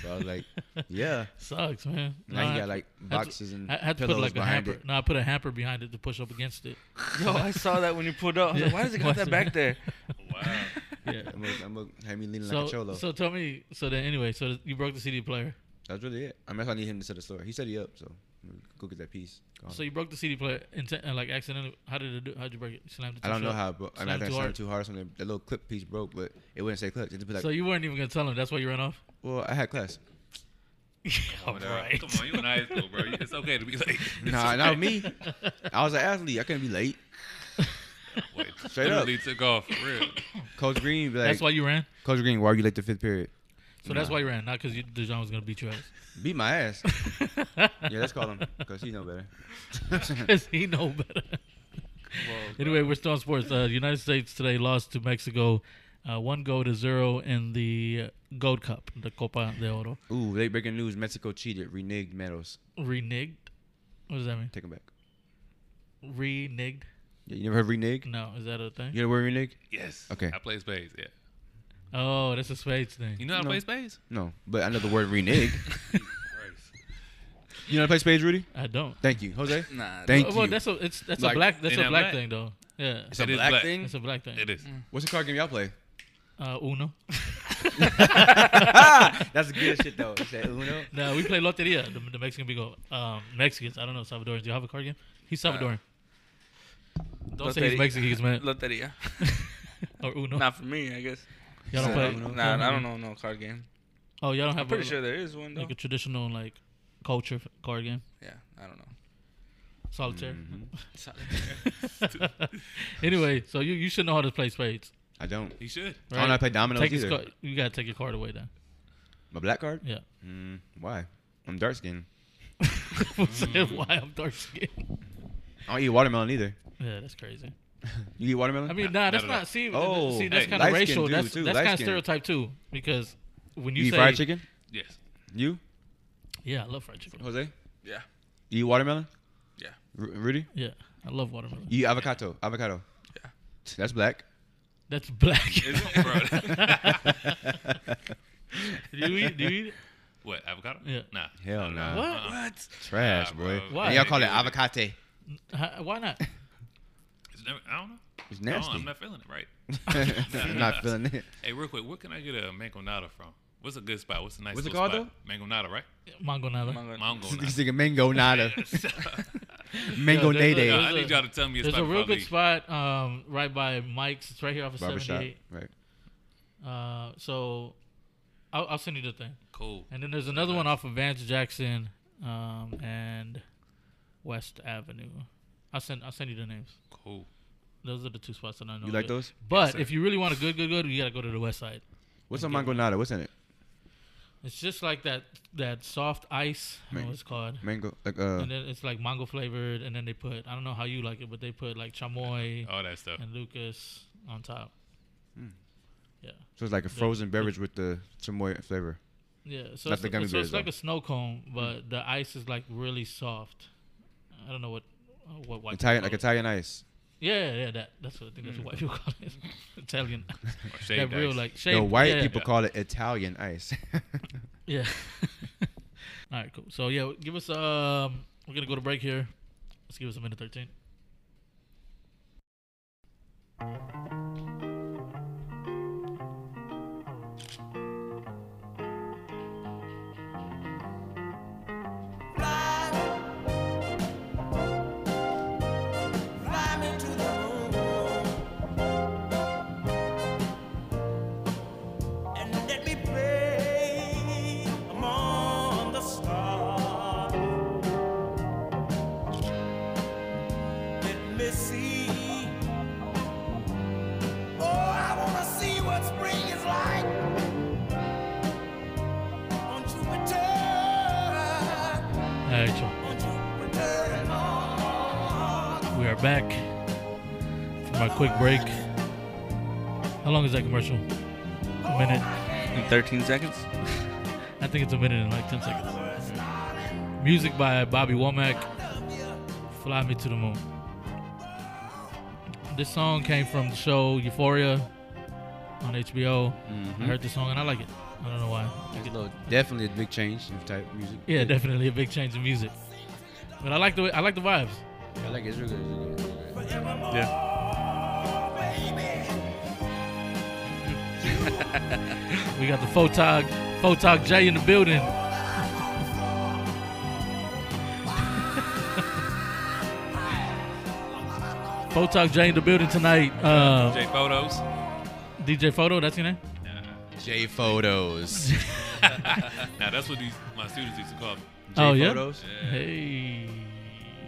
So I was like, yeah.
Sucks, man.
Now
Nah,
he
I
got like
had to-
boxes and
I had to put
pillows
like a
behind
hamper.
it.
No, I put a hamper behind it to push up against it.
Yo, I saw that when you pulled up. I was like, why does it got that back there?
Wow.
Yeah.
I'm gonna, I'm gonna have me leaning like a
so,
cholo.
so tell me. So then, anyway, so you broke the CD player.
That's really it. I mean, that's why I need him to set the story. He set he up, so go get that piece. Go on.
So you broke the CD player and, and like accidentally. How did it do? How'd you break it? You slammed it.
I
too
don't know
short?
how, but I mean, I
Slammed
think I
too
slammed
hard.
too hard. or Something that little clip piece broke, but it wouldn't say clip. It'd just be like,
So you weren't even gonna tell him. That's why you ran off.
well, I had class.
All right.
Come on, you in high school, bro. It's okay to be late.
Nah, not me. I was an athlete. I couldn't be late.
Wait,
Straight up.
literally took off for real.
Coach Green, be like,
That's why you ran.
Coach Green, why are you late to fifth period?
So that's why you ran, not because Dijon was gonna beat your
Beat my ass.
ass.
yeah, let's call him because he know better.
Cause he know better. anyway, we're still on sports. Uh, the United States today lost to Mexico, uh, one goal to zero in the uh, Gold Cup, the Copa de Oro.
Ooh, late breaking news. Mexico cheated, reneged medals.
Reneged. What does that mean?
Take them back.
Reneged.
Yeah, you never heard renege?
No, is that a thing?
You ever heard renege?
Yes.
Okay.
I play spades. Yeah.
Oh, that's a spades thing.
You know I
No.
play spades?
No, but I know the word renege.
Christ.
you know how to play spades, Rudy?
I don't.
Thank you, Jose.
Nah.
Thank
Oh,
you.
well, that's a it's that's
Like,
a black that's
in
a black
LA.
thing though. Yeah,
it's a
It is
black,
black.
thing.
it's a black thing.
It is.
What's the card game y'all play?
Uh, Uno.
That's good shit though. Is that Uno?
No, we play Loteria, the, the Mexican bingo. Um, Mexicans, I don't know Salvadorans. Do you have a card game? He's Salvadoran. don't say he's
Loteria.
Mexican. He's mad.
Loteria.
or Uno.
Not for me, I guess.
y'all don't play.
Nah,
y'all
nah, I
have-
don't know no card game.
Oh, y'all don't have.
I'm pretty
a,
sure there is one though.
like a traditional like culture f- card game.
Yeah, I don't know.
Solitaire.
Mm-hmm.
anyway, so you, you should know how to play spades.
I don't.
You should.
I don't know how to play dominoes
Take his
either.
card. You gotta take your card away then.
My black card?
Yeah.
Mm, why? I'm dark skinned.
Mm.
Why I'm dark skinned.
I don't eat watermelon either.
Yeah, that's crazy.
You eat watermelon?
I mean,
Nah,
nah, that's
not at
not.
all.
See,
Oh,
see, that's
hey,
kind of
light-skinned
racial.
dude,
That's
too,
that's kind of
light-skinned.
stereotype too, because when
you,
you,
eat
say
fried chicken?
Yes.
You,
yeah, I love fried chicken.
Jose?
Yeah.
You eat watermelon?
Yeah.
Ru- Rudy?
Yeah, I love watermelon.
You eat avocado? Avocado?
Yeah.
That's black.
That's black.
Is it, bro?
do you eat? Do you eat? it?
what? Avocado?
Yeah.
Nah.
Hell no.
What?
What?
Trash,
Nah,
boy.
bro.
Why?
And y'all call it avocado.
Huh, why not?
It's never, I don't know.
It's
No,
nasty.
I'm not feeling it right.
I'm not feeling it.
Hey, real quick, where can I get a mangonada from? What's a good spot? What's a nice
What's it
little
called,
spot? Mangonada, right?
Mango nada.
Mango-
He's
Mangonada.
thinking mango nada. mango
Yo, there's a-
nade.
Nah, I need y'all to tell me a
There's
spot
a real
before I
good
leave.
spot um, right by Mike's. It's right here off of
Barbershop.
78.
Right.
Uh, so I'll, I'll send you the thing.
Cool.
And then there's another one off of Vance Jackson um, and West Avenue. I'll send I'll send you the names.
Cool.
Those are the two spots that I know.
You like
good.
those?
But
sir.
if you really want a good, good, good, you gotta go to the West Side.
What's a mango nada? What's in it?
It's just like that that soft ice. I don't know what it's called.
Mango. Like, uh,
And then it's like mango flavored, and then they put I don't know how you like it, but they put like chamoy
Oh,
All that stuff.
and Lucas on top.
Hmm.
Yeah.
so it's like a frozen beverage with the chamoy flavor.
Yeah, so
Not
it's,
the gummy
so it's
bears,
like
though. Hmm.
a snow cone, but the ice is like really soft. I don't know what uh, what white
Italian, like Hmm.
people call
Italian ice.
it. Yeah, yeah, that that's what I think that's what white people call it. Italian,
Or
that
shaved
real
ice.
like uh, shape.
No, white
yeah,
people call it Italian ice.
Yeah. All right, cool. So yeah, give us um, we're gonna go to break here. Let's give us a minute thirteen.
Fly me to the moon and let me play among the stars. Let me see. Oh, I wanna see what spring is like on Jupiter.
All right, y'all. We are back from our quick break. How long is that commercial? A minute.
In 13 seconds?
I think it's a minute and like 10 seconds. Music by Bobby Womack, Fly Me to the Moon. This song came from the show Euphoria on HBO. I heard this song and I like it. I don't know why.
Definitely a big change in type of music.
Yeah, definitely a big change in music. But I like the way, I like the vibes.
I like it. It's real good. It's real good.
We got the Photog, Photog J in the building. Photog J in the building tonight. Uh,
J photos.
DJ Photo, that's your name?
J photos.
Now that's what these my students used to call me.
J
Oh, yeah?
photos.
Hey.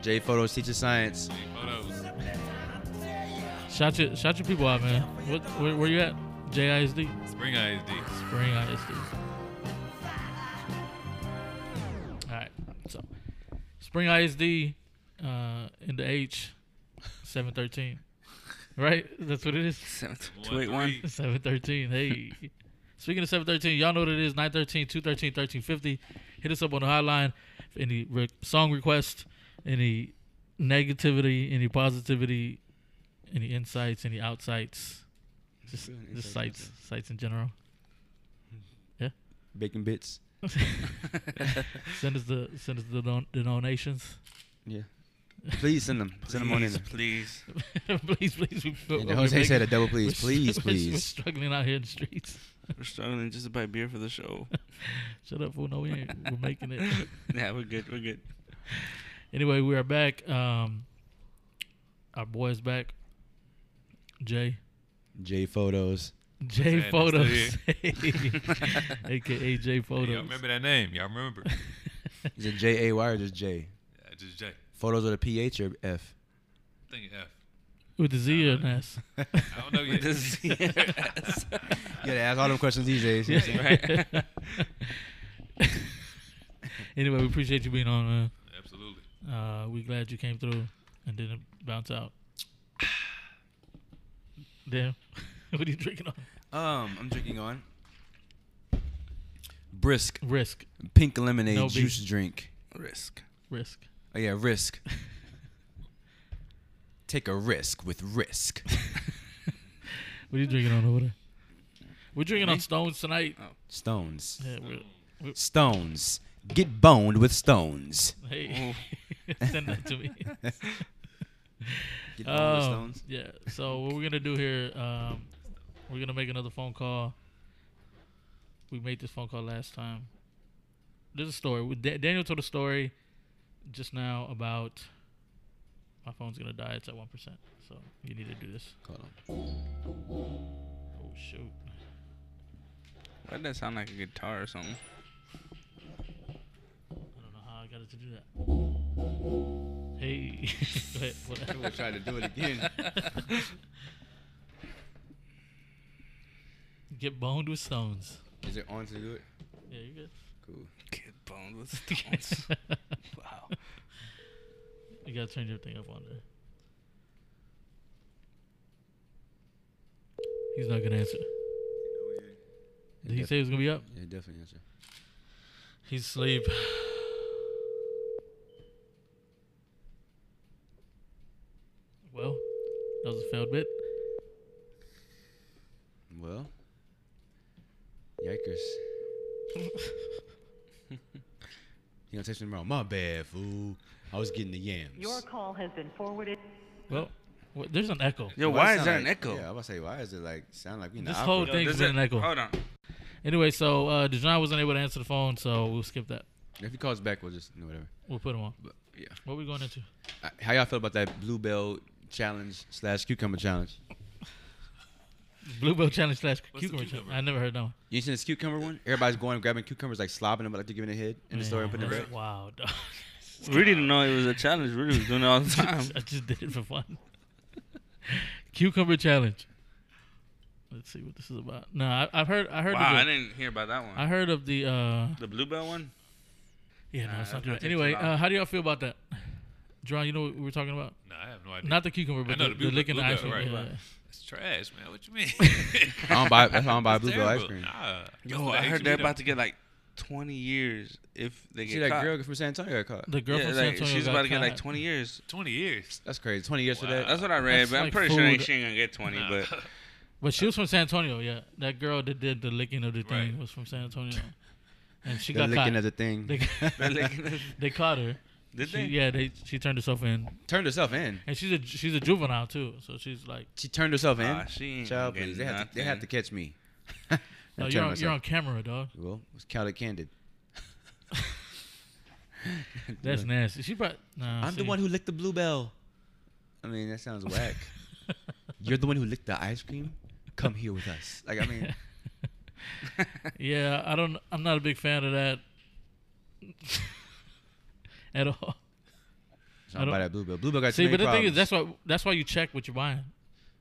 J photos teacher science.
J photos.
Shout your, shout your people out, man. What, where, where you at? JISD?
Spring ISD.
Spring ISD. All right. So, Spring ISD uh, in the H. Seven thirteen. Right? That's what it is.
Two eight one.
three.
Seven thirteen. Hey. Speaking of seven thirteen, y'all know what it is. 913 213 1350. Hit us up on the hotline for any re- song request, any negativity, any positivity, any insights, any outsights. Just,
Really an
just
insight,
sites, sites in general.
Bacon bits.
send us the send us the, don- the donations.
Yeah. Please send them. Send them on in.
Please, please.
please, please. We,
And Jose said a double please, please,
We're
please.
struggling out here in the streets.
We're struggling just to buy beer for the show.
Shut up, fool. No, we ain't. We're making it.
yeah, we're good. We're good.
Anyway, we are back. Um, our boy is back. Jay.
J photos.
Jay
Sad,
Photos.
I'm
AKA Jay
Y'all
Photos.
remember that name? Y'all remember?
Is it J A Y or just J?
yeah, just J.
Photos with a PH or F?
Think F.
With the Z or an S?
I don't know yet.
You gotta ask all them questions these days. you know what I'm saying?
anyway, we appreciate you being on, man.
Absolutely.
Uh, we glad you came through and didn't bounce out. Damn. what are you drinking on?
Um, I'm drinking on Brisk
Risk.
pink lemonade
No beef.
juice drink.
Risk.
Risk.
Oh yeah, risk. Take a risk with risk.
What are you drinking on over there? We're drinking on Stones tonight.
Stones.
Yeah, we're-
Stones. Get boned with stones.
Hey, send that to me.
Get boned with
Um,
stones.
yeah. So what we're gonna do here? Um, we're gonna make another phone call. We made this phone call last time. There's a story. We- Da- Daniel told a story just now about my phone's gonna die. It's at one percent. So you need to do this.
Hold on.
Oh shoot.
Why does that sound like a guitar or something?
I don't know how I got it to do that. Hey. Go ahead, whatever.
We'll try to do it again.
Get boned with stones.
Is it on to do it?
Yeah, you good.
Cool.
Kid boned with stones. wow.
You gotta turn your thing up on there. He's not gonna answer.
Oh,
Did he say he was gonna be up?
Yeah, definitely answer.
He's asleep. Well, that was a failed bit.
Well, yikers. you gonna text me tomorrow? My bad, fool. I was getting the yams.
Your call has been forwarded.
Well, wha- there's an echo.
Yo,
Well,
why
it
is
sound
there an
like-
echo?
Yeah, I was about to say, why is it like sound like we in the
This
opera?
whole thing
Does
is an
it-
echo.
Hold on.
Anyway, so uh, Dijon wasn't able to answer the phone, so we'll skip that.
If he calls back, we'll just you know, whatever.
We'll put him on.
But yeah,
What we going into?
Uh, how y'all feel about that bluebell challenge slash cucumber challenge?
Bluebell challenge slash
What's the
cucumber challenge.
cucumber?
I never heard that one.
You seen this cucumber one? Everybody's going grabbing cucumbers like slobbing them, like they're giving it a hit in the store and
Man,
putting it
that's
back.
Wow, dog.
Rudy didn't know it was a challenge. Rudy was doing it all the time.
I just did it for fun. Cucumber challenge. Let's see what this is about. No, I, I've heard. I heard.
wow, I
of the,
didn't hear about that one.
I, heard of the. uh
the bluebell one?
Yeah, no,
Nah,
it's not
that-
too bad.
that takes a
Anyway,
lot.
uh, how do y'all feel about that, John? You know what we were talking about?
No, I have no idea.
Not the cucumber, but
know
the,
the
the,
blue-
licking the
bluebell,
ice cream.
right,
yeah,
right.
yeah.
It's trash, man. What you mean?
I don't buy. That's why I don't buy bluebell ice
Terrible.
cream.
Nah.
Yo, I heard they're about to get like 20 years if they
See
get
that
caught.
girl from San Antonio got caught.
The girl
yeah,
from San
like,
Antonio
she's
got
about to get like
caught.
20 years.
20 years.
That's crazy. Twenty years for that.
That's what I read,
That's
but I'm
like
pretty sure
food.
ain't- she ain't gonna get 20.
Nah.
But
But she was from San Antonio. Yeah, that girl that did the licking of the thing
Right.
was from San Antonio, and she
They're
got
looking
caught.
at the thing.
They,
They're licking the-
they caught her.
did
She-
they?
Yeah, they. She turned herself in,
Turned herself in.
and she's a she's a juvenile too. So she's like,
She turned herself in.
Ah, she ain't
Child,
gonna get
please. They have, to, they have to
nothing.
catch me.
no,
I
you're
turned
on, you're on
myself.
camera, dog.
Well, it was Cali Candid.
That's nasty. She brought. Nah,
I'm the
see.
one who licked the bluebell. I mean, that sounds whack. You're the one who licked the ice cream. Come here with us. Like, I mean,
Yeah, I don't. I'm not a big fan of that. At all.
so I'm
don't-
buy that bluebell. Bluebell got
See,
too
but the
many
thing is,
problems.
that's why that's why you check what you're buying.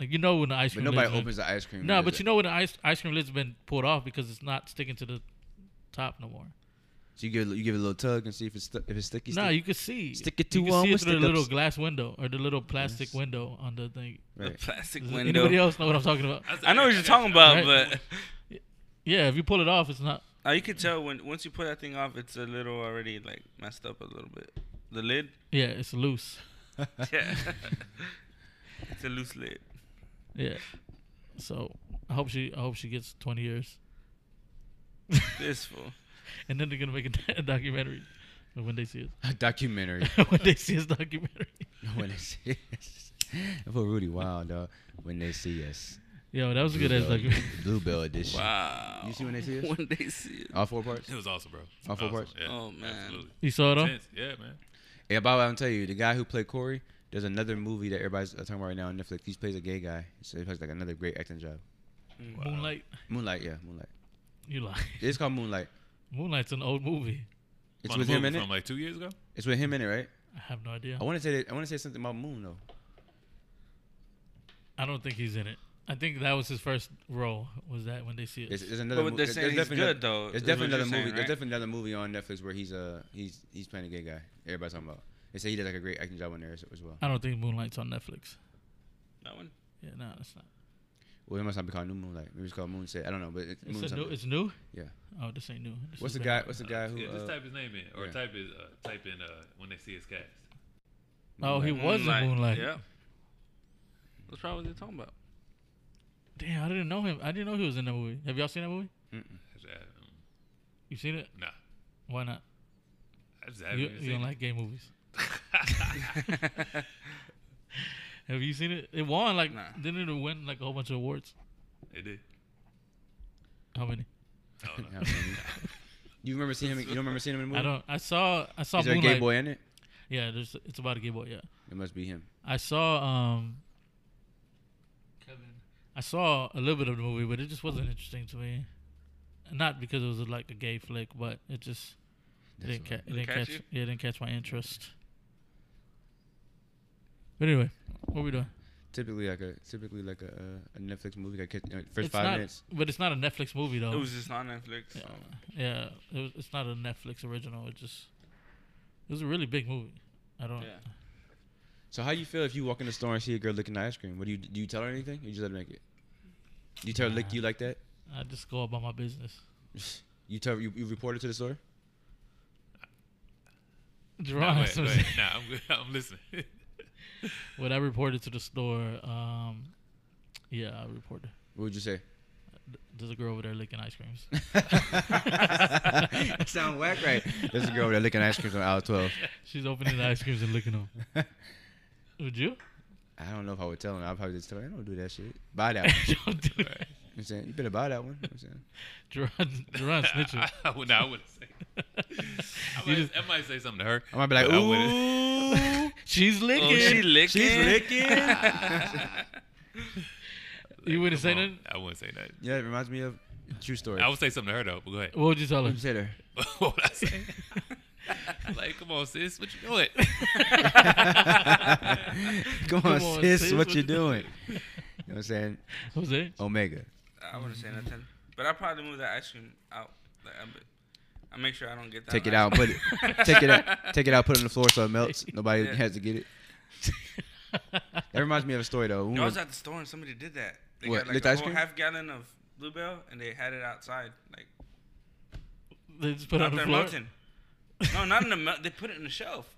Like you know when the ice
But
cream.
nobody
lid's been-
opens the ice cream.
No, but you know when the ice ice cream lid's been pulled off because it's not sticking to the top no more.
So you give it, you give it a little tug and see if it's stu- if it's sticky.
Nah,
stick-
you could see.
stick it
you
to,
could
um,
see it
what's
through the
the-
little glass window or the little plastic window on the thing.
The
right.
plastic
Does
window.
anybody else know what I'm talking about?
I know what you're talking about, but
Yeah, if you pull it off, it's not.
uh, you can tell when once you pull that thing off, it's a little already like messed up a little bit. The lid,
Yeah, it's loose.
yeah, it's a loose lid.
Yeah. So I hope she I hope she gets 20 years,
This fool.
and then they're gonna make a, a documentary. But when they see
A documentary.
us, when they see us documentary.
when they see us. I feel Rudy Wild, dog. When they see us.
Yo, that was a good ass
Bluebell-
documentary.
Bluebell edition.
Wow.
You see when they see us?
When they see us.
All four parts.
It was awesome, bro.
All four
Awesome.
parts?
Yeah,
Oh, man.
absolutely.
You saw it on?
Intense. Yeah, man.
Yeah, by the way, I'm telling you, the guy who played Corey, there's another movie that everybody's talking about right now on Netflix. He plays a gay guy, so he plays like another great acting job.
Moonlight.
Moonlight, yeah, Moonlight.
You lie.
It's called Moonlight.
Moonlight's an old movie.
It's
On
with
the
him in
movie
it.
from like two years ago.
It's with him in it, right?
I have no idea.
I want to say that, I want to say something about Moon though.
I don't think he's in it. I think that was his first role. Was that when they see
There's,
us?
there's another.
But
movie.
they're
there's
saying he's
definitely
good,
another-
though,
There's
is what
definitely
you're
another
saying,
movie. There's
right?
definitely another movie on Netflix where he's uh he's he's playing a gay guy. Everybody's talking about. They say he did like a great acting job on there as, as well.
I don't think Moonlight's on Netflix.
That one.
Yeah, no, it's not.
Well, it must not be called New Moonlight. Maybe it's called Moonset. I don't know, but it's Moon
It's, a new,
something.
it's new.
Yeah.
Oh, this ain't new. This
What's
has
the
been
guy?
out.
What's the guy who?
Yeah, just
Uh,
type his name in, or
yeah.
type his uh, type in uh, when they see his cast.
Oh, he
Moonlight.
was in Moonlight.
Yeah. What's wrong with you talking about?
Damn, I didn't know him. I didn't know he was in that movie. Have y'all seen that movie?
That's, uh, um,
You seen it?
Nah,
Why not?
I just haven't
You,
even
you
seen
don't
it.
like gay movies. Have you seen it? It won like
Nah.
didn't it win like a whole bunch of awards?
It did.
How many?
Oh, no.
you remember seeing him? You don't remember seeing him in the movie?
I don't. I saw. I saw
Is there a
Moonlight.
gay boy in it?
Yeah, there's. It's about a gay boy. Yeah.
It must be him.
I saw um Kevin. I saw a little bit of the movie, but it just wasn't interesting to me. Not because it was like a gay flick, but it just it didn't, ca- it didn't
catch
catch.
you?
yeah, it didn't catch my interest. But anyway, what we doing?
Typically, like a typically like a, uh, a Netflix movie. Like catch, you know, first
it's
five
not,
minutes.
but it's not a Netflix movie though.
It was just on Netflix.
yeah,
so-
yeah it was, it's not a Netflix original. It just it was a really big movie. I don't.
Yeah.
So how you feel if you walk in the store and see a girl licking ice cream? What do you do? You tell her anything? Or you just let her make it. Do you tell her lick you like that?
I just go about my business.
You tell you, you report it to the store.
Nah,
Jerron,
go
has some-
ahead, go ahead. Nah, I'm good. I'm listening.
What I reported to the store, um, yeah, I reported.
What would you say?
There's a girl over there licking ice creams.
Sound whack, right? There's a girl over there licking ice creams on aisle twelve.
She's opening the ice creams and licking them. Would you?
I don't know if I would tell her. I'd probably just tell her, I don't do that shit. Buy that. One. You know
Don't do that.
what I'm saying you better buy that one. You know what I'm saying.
Jerron, Jerron snitching.
I, I, would- nah, I wouldn't say. I
You
might,
just-
I might say something to her.
I might be like,
but I wouldn't.
ooh,
She's licking.
Oh, she licking.
she's licking.
you wouldn't say
Come on.
nothing?
I wouldn't say nothing.
Yeah, it reminds me of true story.
I would say something to her though. But go ahead.
What would you tell her?
You said her.
what would I say? like, come on, sis, what you doing?
Come on,
Come on,
sis,
sis,
what,
what
you
you
doing? you know what I'm saying?
What was it?
Omega.
I wouldn't say nothing, but I probably move that ice cream out. Like, I, I make sure I don't get that.
Take it
ice
out, put it take it out take it out, put it on the floor so it melts. Nobody
Yeah.
has to get it. That reminds me of a story though. When we
I
were-
was at the store and somebody did that. They
What,
got like
licked
a
ice
whole
cream?
half gallon of bluebell and they had it outside, like
They just put it
out
on the
there
floor.
melting. No, not in the melt. They put it in the shelf.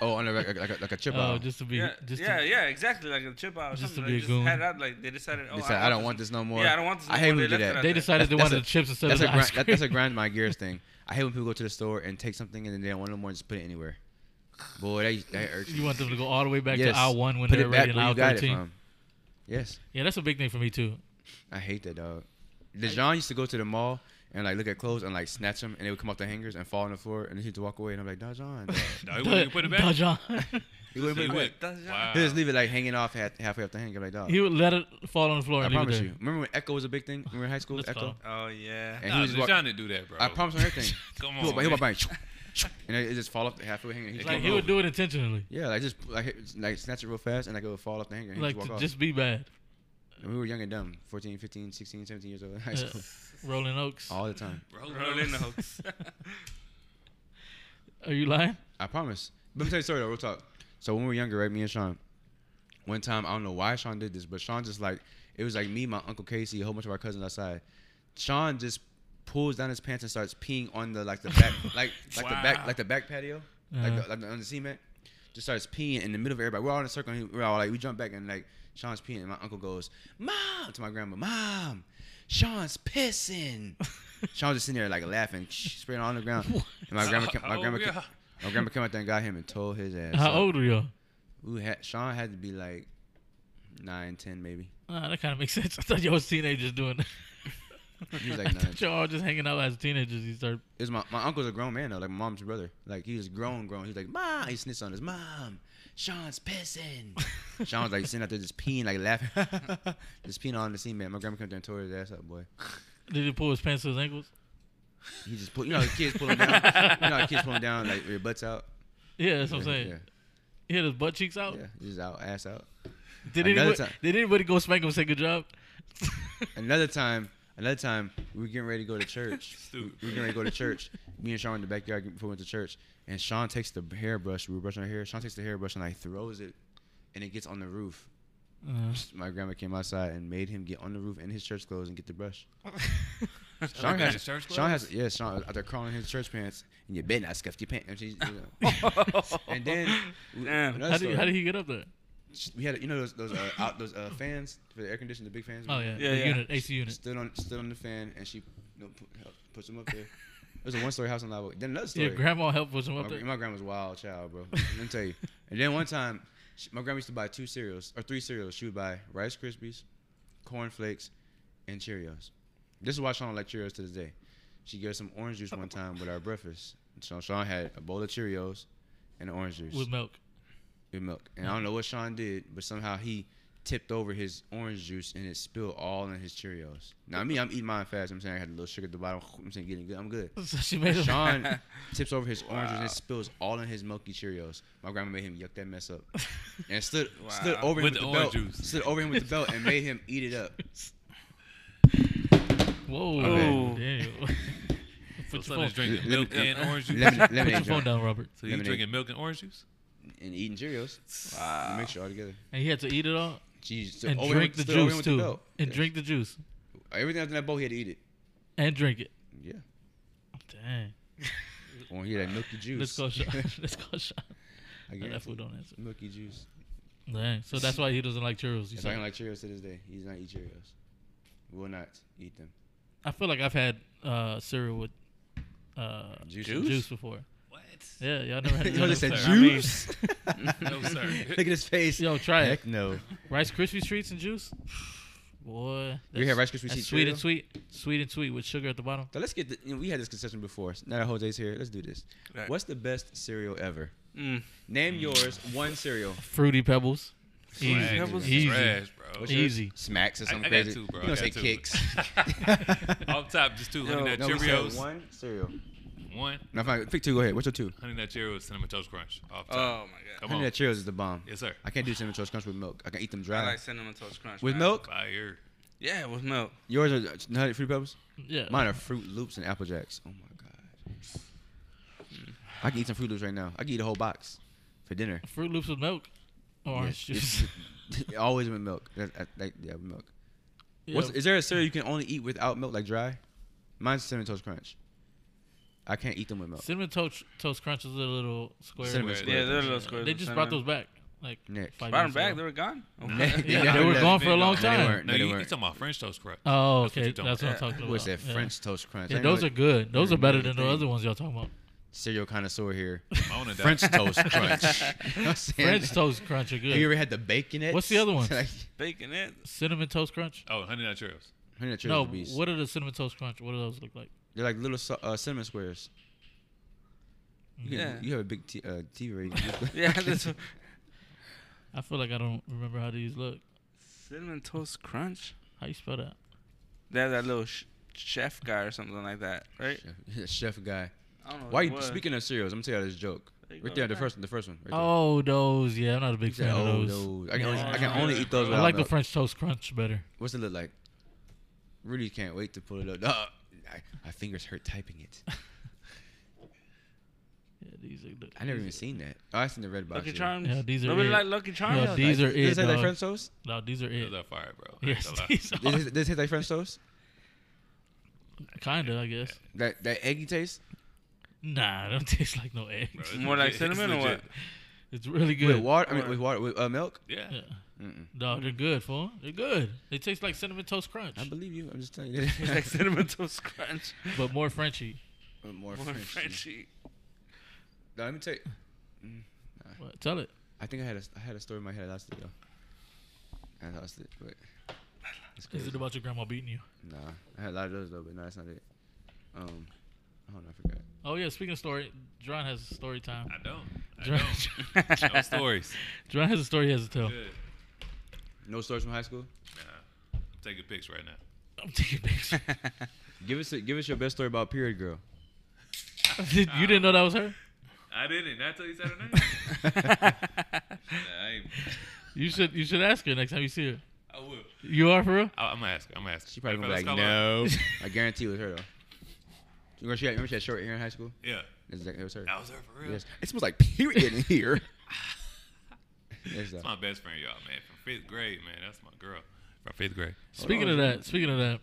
oh, on a, like, a- like a like a chip
Oh,
out.
just to be,
Yeah,
just
yeah,
to,
yeah, exactly. Like a chip out or
just to
something.
be
They
a
just
goon.
had it out. Like they decided. Oh,
They said, I don't want this no more.
Yeah, I don't want this.
I
no
hate
more.
when we do
left
that.
it out
They
there.
decided they
That's
wanted
a-
the chips instead of
That's
the
a grind,
ice cream.
that, that's a grind my gears thing. I hate when people go to the store and take something and then they don't want no more, just put it anywhere. Boy, that, that irks me.
You want them to go all the way back
Yes.
to aisle one when
Put
they're
it back
already in
where you
aisle
got it
thirteen.
from. Yes,
Yeah, that's a big thing for me too.
I hate that dog. Dejan used to go to the mall and like look at clothes and like snatch them, and they would come off the hangers and fall on the floor, and he'd walk away, and I'm like, Dejan, dog."
No, you wouldn't even put it back.
Dajon.
he wouldn't put
You
it
would.
back.
Wow.
He'd just leave it like hanging off half, halfway up the hanger, like dog.
He would let it fall on the floor.
I
and leave it
promise
there.
you. Remember when Echo was a big thing? Remember in high school,
Let's
Echo?
go.
Oh yeah.
And
Nah,
was walk-
Deshaun didn't do that, bro.
I promise on everything.
Come
He would-
on,
he would
man.
bang, and it it just fall off the halfway hanger. and he'd
Like
walk
he
off.
would do it intentionally,
Yeah, like just like hit- like snatch it real fast and like it would fall off the hanger and
like
just
to
walk off.
just be bad.
And we were young and dumb, 14, 15, 16, 17 years old in high
Yeah.
school.
Uh, Rolling Oaks.
all the time.
Rolling Oaks.
Are you lying?
I promise. Let me tell you a story though, real talk. So when we were younger, right, me and Sean, one time I don't know why Sean did this, but Sean just like it was like me, my uncle Casey, a whole bunch of our cousins outside. Sean just pulls down his pants and starts peeing on the like the back, like like the back,
Wow.
like the back patio,
Uh-huh.
like, the, like the, on the cement. Just starts peeing in the middle of everybody. We're all in a circle. And he- we're all like, we jump back and like Sean's peeing, and my uncle goes, "Mom!" to my grandma, "Mom, Sean's pissing." Sean was just sitting there like laughing, spraying all on the ground. And my grandma, came, my
Oh,
grandma, came,
yeah.
my grandma came out there and got him and told his ass.
How
up.
old were you?
We had Sean had to be like nine, ten, maybe.
Uh, that kind of makes sense. I thought y'all was teenagers doing that.
He was
I
like nine.
thought y'all all just hanging out as teenagers. You start.
It was my my uncle's a grown man though, like my mom's brother. Like he was grown, grown. He was like, Mom, he snitched on his mom. Sean's pissing. Sean was like sitting out there just peeing, like laughing, just peeing on the cement. My grandma came out there and tore his ass up, boy.
Did he pull his pants to his ankles?
He just pulled, you know, how kids pulling down, you know, how kids pulling down like your butts out.
Yeah, that's what I'm
Yeah,
saying. He had his butt cheeks
Yeah,
out.
yeah, just out, ass out.
Did
Another
anybody?
time-
Did anybody go spank him? and Say good job.
Another time, another time, we were getting ready to go to church. we were getting ready to go to church. Me and Sean in the backyard before we went to church. And Sean takes the hairbrush. We were brushing our hair. Sean takes the hairbrush and like throws it, and it gets on the roof.
Uh,
My grandma came outside and made him get on the roof in his church clothes and get the brush.
Like
Sean
in
has,
his church
Sean has, yeah, Sean was out there crawling in his church pants, and you better not scuff your pants. And, she's, you know. and then,
Damn.
another
how, did, how
story.
did he get up there?
we had, you know, those those uh, out, those uh, fans for the air conditioning, the big fans.
Oh yeah,
Yeah,
the
yeah.
unit, AC unit.
stood on stood on the fan and she you know, pu- helped push him up there. It was a one story house on Lava. Then another story.
Your grandma helped push him
my,
up there.
my grandma's a wild child, bro. Let me tell you. And then one time, she, my grandma used to buy two cereals or three cereals. She would buy Rice Krispies, Corn Flakes, and Cheerios. This is why Sean don't like Cheerios to this day. She gave us some orange juice one time with our breakfast. So Sean had a bowl of Cheerios and orange juice
with milk.
with milk. And I don't know what Sean did, but somehow he tipped over his orange juice and it spilled all in his Cheerios. Now me, I'm eating mine fast. I'm saying I had a little sugar at the bottom. I'm saying getting good. I'm good.
So she made him.
Sean tips over his orange juice and it spills all in his milky Cheerios. My grandma made him yuck that mess up, and stood stood
Wow.
over him
With
with,
the
the belt.
orange juice.
Stood over him with the belt and made him eat it up.
Whoa.
Oh.
Damn.
So
Put your
Sonny's
phone-
Let
drinking
me-
milk and orange juice.
Lemon,
put your
lemonade
phone
drink,
down, Robert.
So you
lemonade.
drinking milk and orange juice?
and eating Cheerios.
Mm.
Wow. Mix it all together.
And he had to eat it all
She stood
and
over him
drink
with-
the
stood over him
juice
with the
too.
belt.
and
Yeah.
drink the juice
everything after that bowl. He had to eat it.
and drink it.
Yeah.
Dang.
When he had that milky juice.
Let's go, Sean. Let's go, Sean.
I
That
guarantee.
food don't answer.
Milky juice.
Dang. So that's why he doesn't like churros. You
He's talking
said.
like Cheerios to this day. He's not eat Cheerios. Will not eat them.
I feel like I've had uh, cereal with uh,
Juice?
juice before.
What?
Yeah, y'all never had.
You know
y'all
they said
never-
I mean-
juice.
No, sir.
Look at his face.
Yo, try it.
Heck no.
Rice Krispie treats and juice. Boy,
You
that's-
had Rice Krispie
that's
Treat
sweet and
cereal?
sweet, sweet and sweet with sugar at the bottom.
So let's get. The, you know, we had this concession before. Now that Jose's here, let's do this.
Right.
What's the best cereal ever?
Mm.
Name yours one cereal.
Fruity Pebbles. Easy,
Trash,
Pebbles
easy.
Trash, bro.
What's yours?
Easy.
Smacks or
I,
something
I got
crazy.
two, bro.
You don't
I
say
got two.
kicks.
Off top, just two. Honey Nut
no, we said
Cheerios. One.
one cereal. No, fine. Pick two. Go ahead. What's your two?
Honey Nut Cheerios, Cinnamon Toast Crunch. Off top.
Oh my god.
Come
Honey
on.
Nut Cheerios is the bomb.
Yes, sir.
I can't do cinnamon toast crunch with milk. I can eat them
I
dry.
like cinnamon toast crunch.
with
man.
milk?
Fire.
Yeah, with milk.
Yours are uh, honey fruit pebbles.
Yeah.
Mine are Fruit Loops and Apple Jacks. Oh my god. Hmm. I can eat some Fruit Loops right now. I can eat a whole box for dinner.
Fruit Loops with milk. Or Orange
Yes,
juice.
it's- Always with milk. That, that, that- yeah, with milk. What's,
Yeah.
is there a cereal you can only eat without milk, like dry? Mine's cinnamon toast crunch. I can't eat them with milk.
Cinnamon toast toast crunches are little square.
Cinnamon
Square.
Yeah,
squares.
they're little squares.
They
of
just
cinnamon.
brought those back. Like
Nick.
five
Brought
minutes
them back. They
ago.
were gone.
Yeah,
Okay.
Yeah,
yeah,
they were
yeah.
gone for a
Been
long
gone.
They
time.
weren't.
No,
they
you, you
weren't.
talking about French Toast Crunch.
Oh,
That's what
okay.
you're talking
That's what I'm
about.
talking about.
What's that?
Yeah.
French toast crunch.
Yeah,
I didn't know
those
that-
are good. Those are
didn't know
better than the
anything.
other ones y'all talking about.
Cereal connoisseur here.
I wanna die.
French toast crunch. You know what I'm saying?
French toast crunch are
Have you
good.
ever had the bacon? it?
What's the other ones?
like,
Bacon it.
Cinnamon toast crunch?
Oh, Honey Nut Cheerios.
honey nut Cheerios
No,
are beast.
what are the cinnamon toast crunch? What do those look like?
They're like little so- uh, cinnamon squares. You, can-
Yeah.
you have a big t- uh, TV right
Yeah, that's what-
I feel like I don't remember how these look.
cinnamon toast crunch.
How you spell that?
They have that little sh- chef guy or something like that, right?
Chef guy.
I don't know.
Why
what it
you
was.
speaking of cereals? I'm gonna tell you this joke.
Oh, There you
Right
go.
there, the first, the first one. Right there.
Oh, those. Yeah, I'm not a big
He said,
fan
oh,
of those.
those. I can, only, I can
Yeah.
only eat those.
I
Without
like the
milk.
French toast crunch better.
What's it look like? Really can't wait to pull it up. Dog. I, my fingers hurt typing it.
Yeah, these are. The,
I never even seen that. Oh, I seen the red box.
Lucky
yeah.
Charms.
Yeah, these are
Nobody
it.
like Lucky Charms.
Yeah, these are it,
Does it taste like
dog.
French toast?
No, these are
Those
it.
are fire, bro. I ain't
Yes,
gonna lie.
these
Does
are
it, does it taste like French toast?
kinda, I guess.
That that eggy taste?
Nah, it don't taste like no eggs.
Bro, it's
More like
legit. It's
cinnamon or
legit.
what?
It's really good.
With water? I mean, with water? With uh, milk?
Yeah.
Yeah. Dog, they're good, fool. They're good. They taste like cinnamon toast crunch,
I believe you. I'm just telling you.
It's like cinnamon toast crunch.
but more Frenchy.
But more,
More
French.
Frenchy.
No, let me tell you.
What? Tell it.
I think I had a I had a story in my head. I lost it though. I lost it, but it's
Is it about your grandma beating you?
Nah, I had a lot of those though, but no, that's not it. Um, hold on, I forgot.
Oh yeah. Speaking of story, John has story time.
I don't.
John,
I don't. No stories.
John has a story he has to tell.
Good.
No stories from high school.
Nah. I'm taking pics right now.
I'm taking pictures.
Give us a, give us your best story about period girl.
Did, you didn't know that was her?
I didn't. Not till you said her name. nah, I, ain't-
You should you should ask her next time you see her.
I will.
You are for real?
I, I'm gonna ask her. I'm gonna ask her.
She probably
Hey,
gonna be like,
fellas, call her.
no. I guarantee it was her though. Remember she had, remember she had short hair in high school?
Yeah.
It's like- It was her.
That was her for real.
Yes. It smells like period in here. Yes, though.
That's my best friend, y'all, man. From fifth grade, man. That's my girl. From fifth grade.
Speaking
oh,
of
on, John.
that, speaking of that,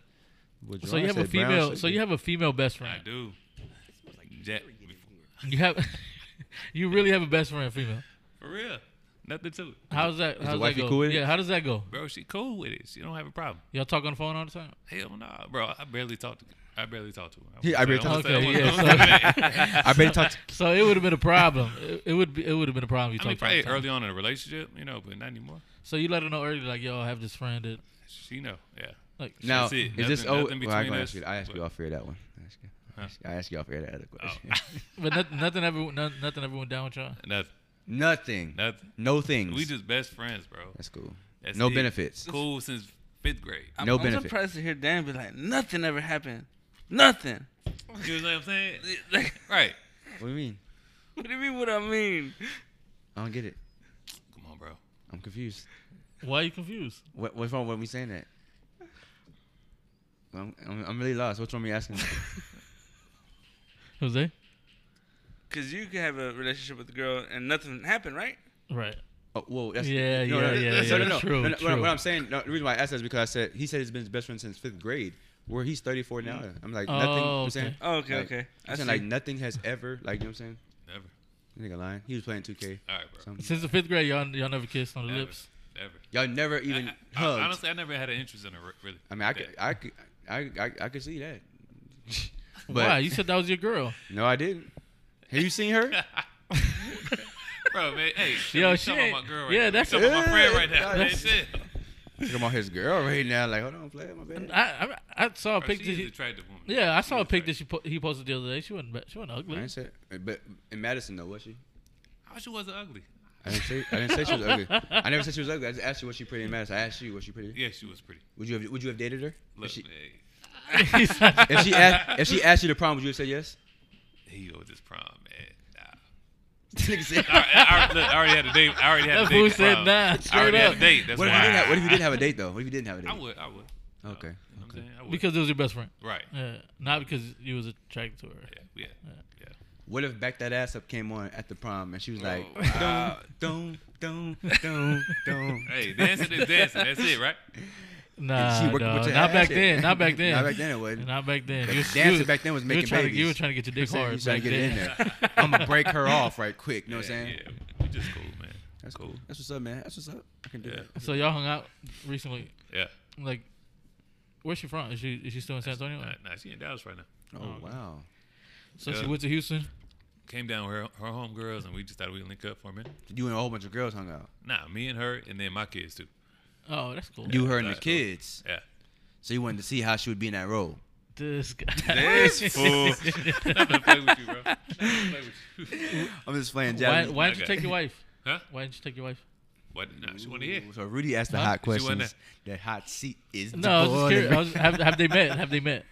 Well,
so
Jerron
you have a
said brown
female,
sugar.
so you have a female best
I
friend.
do. Jack,
You have, you really have a best friend, female.
for real. Nothing to it.
How's that? How's that
wifey
go?
cool with it?
yeah, how does that go?
Bro, she cool with it. She don't have a problem.
Y'all talk on the phone all the time.
Hell no, bro. I barely talk to. I barely talk to her.
Yeah, I barely talk
wouldn't say-
to her.
wouldn't-
Okay,
wouldn't
yeah,
say that.
I better talk. To,
So it would have been a problem. It, it would be, it would have been a problem. If
I
you
mean,
talked all the
probably
time.
early on in a relationship, you know, but not anymore.
So you let her know early, like, yo, I have this friend that,
She know. Yeah.
like,
now,
That's it.
is this
Nothing-
oh?
nothing
Well, I
between
gonna
us,
ask you. I asked
but-
you off air that one. I asked you. I asked you off air that other question.
but nothing, nothing ever, nothing, nothing ever went down with y'all.
Nothing.
Nothing.
Nothing.
No things.
We just best friends, bro.
That's cool.
That's
no
it.
benefits.
Cool since fifth grade.
I'm,
No
I'm
benefit.
surprised to hear Dan be like, nothing ever happened. Nothing.
You know what I'm saying?
Like,
Right.
What do you mean?
what do you mean? What I mean?
I don't get it.
Come on, bro.
I'm confused.
Why you confused?
What, what's wrong with me saying that? I'm, I'm, I'm really lost. What's wrong with me asking?
Jose?
Because you could have a relationship with a girl and nothing happened, right?
Right.
oh, whoa. That's,
Yeah,
no,
yeah,
no, no,
yeah, yeah.
no, no, no.
True,
No, no, What, I'm,
true.
what I'm saying, no, the reason why I asked that is because I said he said he's been his best friend since fifth grade, where he's 34 now. I'm like nothing. you know
Oh,
what I'm saying,
okay.
Oh, okay,
Like,
okay. I
I'm
see.
saying like nothing has ever like you know what I'm saying.
Never.
You nigga lying. He was playing 2K.
All right, bro.
Something.
Since the fifth grade, y'all, y'all never kissed on the
Never.
lips.
Never.
Y'all never even
I- I-
hugged. I,
honestly, I never had an interest in her, really.
mean, I
Yeah.
could, I could, I, I, I could see that. but
Why? You said that was your girl.
no, I didn't. Have you seen her?
Bro, man, hey,
Yo,
yo,
she
talking
ain't-
about my girl right
yeah,
now.
that's-
You talking about my friend
Yeah,
right now. Man,
that's-
shit.
Talking about his girl right now. Like, hold on, play my bad.
I I, I saw a
Bro, she
picture.
is an
He,
attractive woman.
yeah, I saw
She
a
is
pic that
attractive.
she po- he posted the other day. She wasn't ba- she wasn't
I
ugly.
didn't say, but in Madison though, was she?
How she wasn't ugly?
I didn't say, I didn't say she was ugly. I never said she was ugly. I just asked you was she pretty in Madison. I asked you was she pretty.
Yeah, she was pretty.
Would you have, would you have dated her?
Look,
if, she,
hey,
He's not-
if she asked, if she asked you to prom, would you have said yes?
here you go with this prom, man. Nah.
Nigga said-
I, I, I, look, I already had a date. I already had
that
a date.
fool
with
said
prom.
nah.
I
Straight
already had
up.
a date. That's
what, if you
why.
didn't have, what if you didn't have a date though? What if you didn't have a date?
I would. I would.
Okay.
You know what I'm
okay.
saying? I would.
Because it was your best friend.
right.
Yeah, not because you was attracted to her.
Yeah. Yeah. Yeah.
What if back that ass up came on at the prom and she was like,
Oh,
wow.
don't, don't, don't, don't.
Hey, dancing is dancing. That's it, right?
Nah,
She working with
dog.
your
not
ass
back
at-
then. Not back then.
Not back then it wasn't.
Not back then. You was-
dancing
you was-
back then was
you
making
trying To, you
babies.
were trying to get your dick
Saying,
hard.
You trying to
back
get it in
then.
there? I'm gonna break her off right quick. You know what I'm
Yeah.
saying?
yeah. We just cool, man.
That's
cool.
That's what's up, man. That's what's up. I can do
Yeah.
that.
So y'all hung out recently.
Yeah.
Like, where's she from? Is she is she still in San Antonio?
Uh,
Nah, nah, she in Dallas right now.
Oh wow.
So she
yeah.
went to Houston.
Came down with her, her homegirls, and we just thought we'd link up for a minute.
You and a whole bunch of girls hung out.
Nah, me and her, and then my kids too.
Oh, that's cool.
You her and the
that's cool.
kids.
Yeah.
So you wanted to see how she would be in that role.
This guy.
This fool.
Nothing to play with you, bro. Nothing to play with you.
I'm just playing
Why,
Japanese.
why didn't you
Okay.
take your wife?
Huh?
Why didn't you take your wife?
What? Nah, she want to hear.
So Rudy asked the
Huh?
hot
She wasn't
questions. That hot seat is
No, I was just
gone.
curious. I was, have, have they met? Have they met?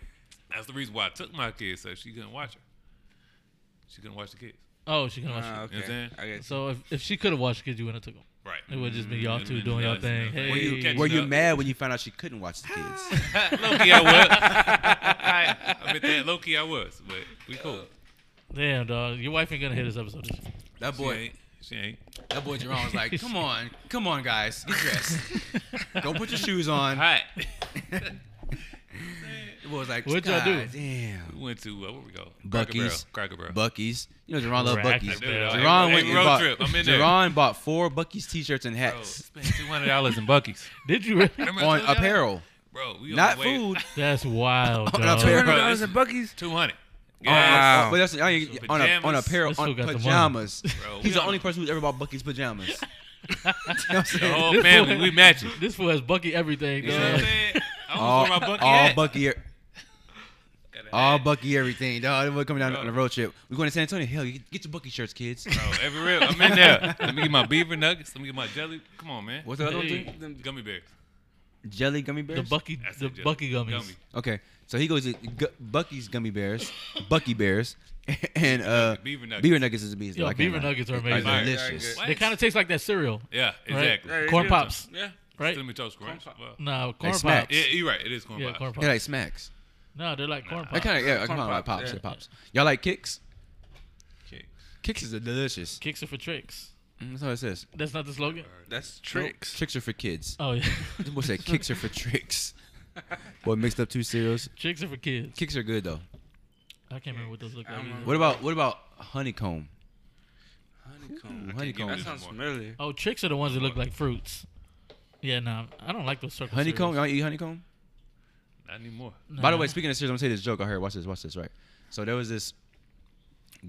That's the reason why I took my kids, so she couldn't watch her. She couldn't watch the kids.
Oh, she couldn't watch
Ah,
it.
okay.
You know what I'm saying?
I guess.
So if, if she could have watched Kids, you wouldn't have took them.
Right.
It would just be y'all
It
two
would've
doing
been
y'all
us.
thing.
Were you
Hey.
catching
Were you
up?
mad when you found out she couldn't watch the kids?
Loki, I was. I, I bet that Loki, I was. But we cool.
Damn, dog. Your wife ain't gonna hear this episode. is she?
That
She
boy,
ain't. She ain't.
that boy Jerome was like, "Come on, come on, guys, get dressed. Go put your shoes on."
Hot.
The boy was like,
What'd y'all do?
"God Damn,
we went to, uh, where we go?
Buc-ee's.
Cracker Barrel. Cracker Barrel.
Bucky's. You know, Jerron loved
Rack
Bucky's.
that bitch.
Hey,
Jerron
hey,
went and
road
bought,
trip. I'm in there.
Jerron bought four Bucky's t-shirts and
Bro,
hats
spent $200 in Buc-ee's.
Did you? Really?
Remember
on
I told y'all that?
apparel,
Bro, we on
not
the way-
food.
That's
Oh,
wild,
Not
dog.
fair.
Bro, that was a Bucky's.
200
Wow.
Oh, but that's, I ain't-
So
on, a, on
pajamas.
apparel,
This
on
fool got the money.
pajamas.
Bro, we
He's the
on-
only person who's ever bought Bucky's pajamas. You know what I'm saying?
Oh man, we matching. You
This fool has Bucky everything,
know what I'm
dog.
saying? I
all,
almost wore my Bucky
all
hat.
Bucky, er-
Got a
all
hat.
Bucky, everything. Dog, they were coming down
Bro.
on a road trip. We going to San Antonio. Hell, you get your Bucky shirts, kids.
Bro, every rip. I'm in there. Let me get my beaver nuggets. Let me get my jelly. Come on, man.
What's the other one?
Hey.
dude?
Them-
Gummy bears.
Jelly gummy
The
bears.
Bucky,
That's
the
it, jelly.
Bucky gummies.
Gummy.
okay, so he goes to gu- Bucky's gummy bears, Bucky bears, and uh,
Beaver nuggets.
beaver nuggets is a beast.
Yo,
though. I can't
beaver
lie.
nuggets are
They're
amazing.
Fire.
delicious.
What?
They kind of taste like that cereal,
Yeah,
Right.
exactly.
Yeah,
Corn
yeah.
pops.
Yeah.
right?
Cinnamon toast crunch.
Corn pop.
Wow.
No, corn
snack.
pops.
Yeah, you're right. It is corn
Yeah,
pops.
corn pops.
They're like smacks.
No, they're like corn
I
pops.
kind of yeah, I
Corn
kind of like
pops,
pops.
yeah.
Yeah. pops. Y'all like kicks?
Okay.
Kicks is delicious.
Kicks are for tricks.
Mm, That's how it says.
That's not the slogan.
That's
Nope,
tricks.
Tricks are for kids.
Oh yeah,
This boy said kicks are for tricks. Boy mixed up two cereals.
tricks are for kids.
Kicks are good though.
I can't remember what those look like.
don't
either.
What about what about honeycomb?
Honeycomb.
Ooh,
give
honeycomb.
That sounds familiar.
Oh, tricks are the ones that look like fruits. Yeah, nah, I don't like those circle
Honeycomb.
cereals.
Y'all eat honeycomb?
Not anymore.
Nah.
By the way, speaking of cereals, I'm gonna say this joke I heard. Watch this. Watch this. Right. So there was this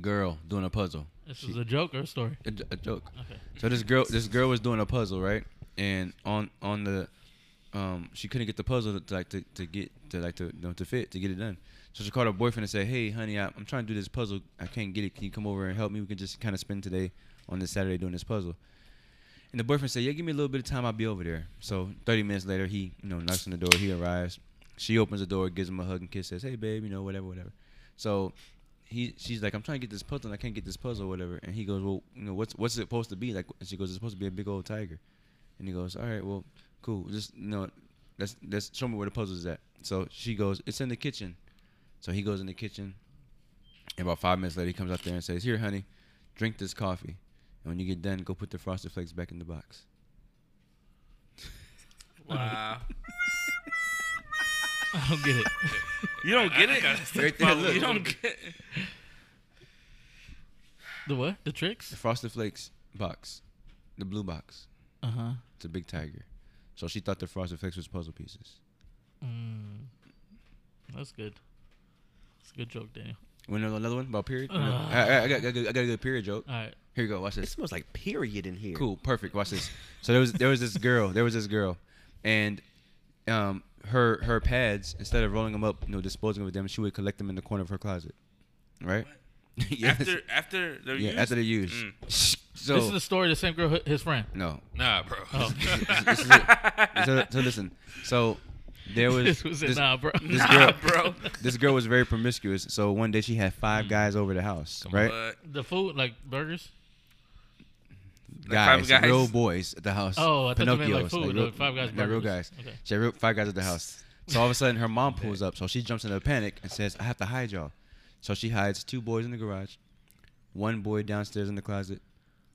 girl doing a puzzle.
this is a joke or a story.
a, j- a joke.
Okay.
So this girl, this girl was doing a puzzle, right? And on on the, um, she couldn't get the puzzle to like to, to get to like to you know, to fit to get it done. So she called her boyfriend and said, "Hey, honey, I, I'm trying to do this puzzle. I can't get it. Can you come over and help me? We can just kind of spend today on this Saturday doing this puzzle." And the boyfriend said, "Yeah, give me a little bit of time. I'll be over there." So 30 minutes later, he you know knocks on the door. He arrives. She opens the door, gives him a hug and kiss, says, "Hey, babe, you know whatever, whatever." So he she's like, I'm trying to get this puzzle and I can't get this puzzle or whatever. And he goes, Well, you know, what's what's it supposed to be? Like and she goes, It's supposed to be a big old tiger. And he goes, All right, well, cool. Just you know, let's let's show me where the puzzle is at. So she goes, It's in the kitchen. So he goes in the kitchen and about five minutes later he comes out there and says, Here, honey, drink this coffee. And when you get done, go put the frosted flakes back in the box.
Wow.
I don't get it.
You don't get it.
Right there,
You
look.
don't get. it.
The what? The
The
tricks?
frosted flakes box. The blue box.
Uh huh.
It's a big tiger. So she thought the frosted flakes was puzzle pieces.
Mm. That's good. That's a good joke, Daniel.
Want another one about period?
Ugh.
I, I- I got, I got- I got a good period joke.
All right.
Here you go. Watch
it
this.
smells like period in here."
Cool. Perfect. Watch this. So there was there was this girl. There was this girl, and um her her pads instead of rolling them up, you know, disposing of them, she would collect them in the corner of her closet. Right. yes.
After Mm. after they're
yeah.
used.
After they're used. So
This is the story of the same girl, hi- his friend.
no.
Nah, bro.
Oh.
This is it. So, so listen. So there was
this was it.
this-
Nah, bro.
this girl, bro. This girl was very promiscuous. So one day she had
Mm.
five guys over the house,
Come on.
right?
But
The food, like burgers?
guys,
Five Guys?
real boys at the house.
Oh, I thought you meant, like,
Pinocchios,
food,
real-
like, Five Guys
not real
burgers.
guys.
Okay.
She had real, five guys at the house. So all of a sudden, her mom pulls up. So she jumps into a panic and says, "I have to hide y'all." So she hides two boys in the garage, one boy downstairs in the closet,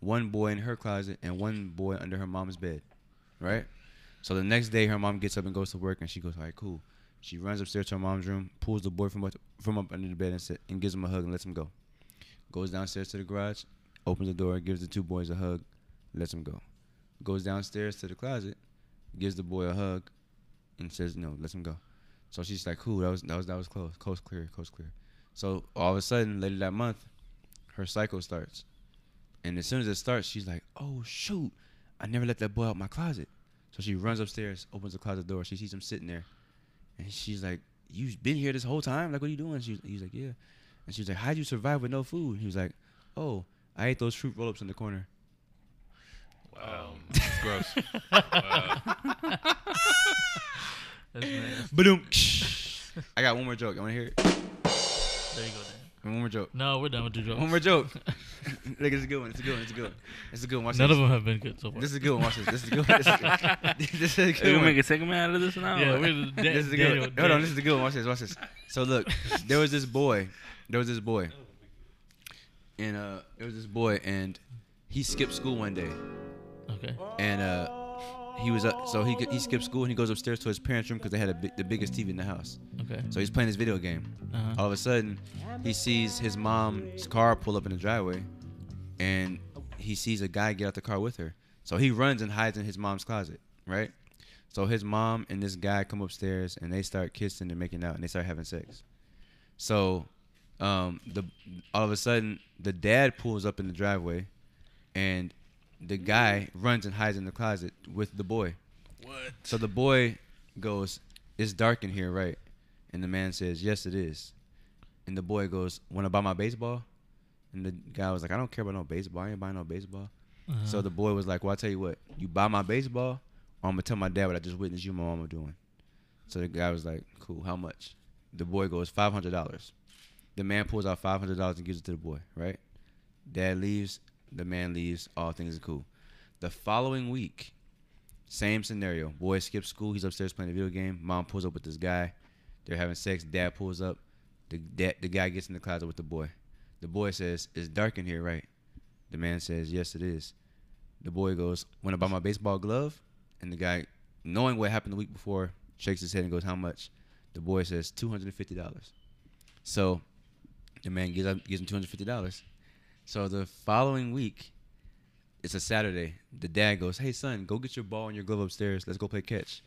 one boy in her closet, and one boy under her mom's bed. Right. So the next day, her mom gets up and goes to work, and she goes, "All right, cool." She runs upstairs to her mom's room, pulls the boy from up, from up under the bed, and, sit, and gives him a hug and lets him go. Goes downstairs to the garage, opens the door, gives the two boys a hug, lets him go. Goes downstairs to the closet, gives the boy a hug, and says, "No, lets him go." So she's like, "Cool, that was that was that was close, coast clear, coast clear." So all of a sudden, later that month, her cycle starts, and as soon as it starts, she's like, "Oh shoot, I never let that boy out my closet." So she runs upstairs, opens the closet door, she sees him sitting there, and she's like, "You've been here this whole time? Like, what are you doing?" She's he's like, "Yeah," and she's like, "How'd you survive with no food?" he was like, "Oh, I ate those fruit roll-ups in the corner."
Wow. Um, It's gross. Uh,
That's nice.
Boom. I got one more joke. I want to hear it.
There you go, Daniel.
One more joke.
No, we're done with the jokes.
One more joke. Look, it's a good one. It's a good one. It's a good one. It's a good one. Watch
None
this.
of them have been good so far.
This is a good one. Watch this. This is a good one. This is this is a
You
good
gonna make
one.
a segment out of this now?
yeah,
Yeah,
we're the da-
Oh. This is a good
Daniel,
one. Hold on. This is a good one. Watch this. Watch this. So look, there was this boy. There was this boy. And uh, there was this boy, and he skipped school one day,
Okay.
and uh, he was up. So he he skipped school and he goes upstairs to his parents' room because they had a bi- the biggest TV in the house.
Okay.
So he's playing his video game.
Uh-huh.
All of a sudden, he sees his mom's car pull up in the driveway, and he sees a guy get out the car with her. So he runs and hides in his mom's closet, right? So his mom and this guy come upstairs and they start kissing and making out and they start having sex. So, um, the all of a sudden the dad pulls up in the driveway, and the guy runs and hides in the closet with the boy. What? So the boy goes, "It's dark in here, right?" And the man says, "Yes, it is." And the boy goes, "Want to buy my baseball?" And the guy was like, "I don't care about no baseball. I ain't buying no baseball." So the boy was like, "Well, I tell you what, you buy my baseball, or I'm gonna tell my dad what I just witnessed you and my mama doing." So the guy was like, "Cool, how much?" The boy goes, five hundred dollars." The man pulls out five hundred dollars and gives it to the boy. Right? Dad leaves. The man leaves. All things are cool. The following week, same scenario. Boy skips school. He's upstairs playing a video game. Mom pulls up with this guy. They're having sex. Dad pulls up. The dad, the guy gets in the closet with the boy. The boy says, "It's dark in here, right?" The man says, "Yes, it is." The boy goes, "Want to buy my baseball glove?" And the guy, knowing what happened the week before, shakes his head and goes, "How much?" The boy says, two hundred and fifty dollars. So the man gives up gives him two hundred fifty dollars. So the following week, it's a Saturday. The dad goes, "Hey son, go get your ball and your glove upstairs. Let's go play catch."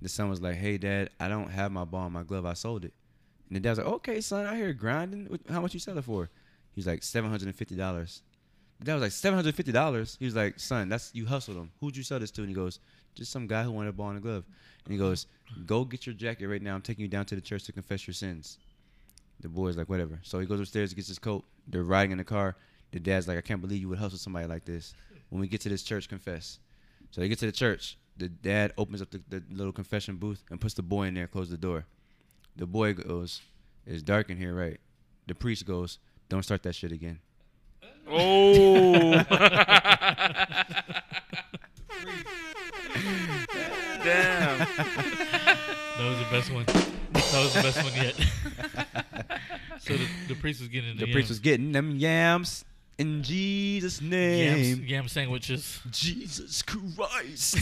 The son was like, "Hey dad, I don't have my ball and my glove. I sold it." And the dad's like, "Okay son, I hear grinding. What- How much you sell it for?" He's like, 750 dollars." The dad was like, 750 dollars." He was like, "Son, that's you hustled him. Who'd you sell this to?" And he goes, "Just some guy who wanted a ball and a glove." And he goes, "Go get your jacket right now. I'm taking you down to the church to confess your sins." The boy's like, whatever. So he goes upstairs, gets his coat. They're riding in the car. The dad's like, I can't believe you would hustle somebody like this. When we get to this church, confess. So they get to the church. The dad opens up the, the little confession booth and puts the boy in there, closes the door. The boy goes, It's dark in here, right? The priest goes, Don't start that shit again.
Oh. Damn.
That was the best one. That was the best one yet. so the, the priest was getting
The priest was getting them yams in Jesus' name.
yams, yam sandwiches.
Jesus Christ.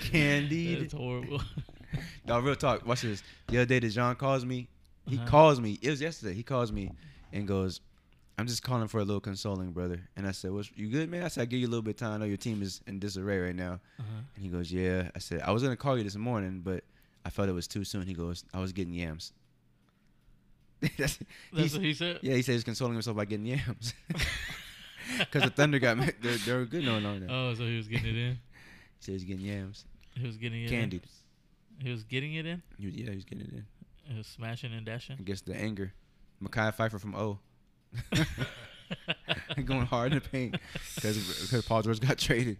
Candy.
It's horrible.
No, real talk. Watch this. The other day, Dijon calls me. He
Uh-huh.
calls me. It was yesterday. He calls me and goes, "I'm just calling for a little consoling, brother." And I said, "What's you good, man?" I said, "I give you a little bit of time. I know your team is in disarray right now."
Uh-huh.
And he goes, "Yeah." I said, "I was gonna call you this morning, but I felt it was too soon." He goes, "I was getting yams." That's,
That's
he's-
what he said.
yeah, he said he's consoling himself by getting yams. Because the Thunder got mad. They're, they're good. No, no, no. He
Oh, so he was getting it in.
said he's getting yams.
He was getting it
Candied.
in. He was getting it in.
He was- yeah, he's getting it in.
He was smashing and dashing.
I guess the anger. Makai Pfeiffer from O. Going hard in the paint because Paul George got traded.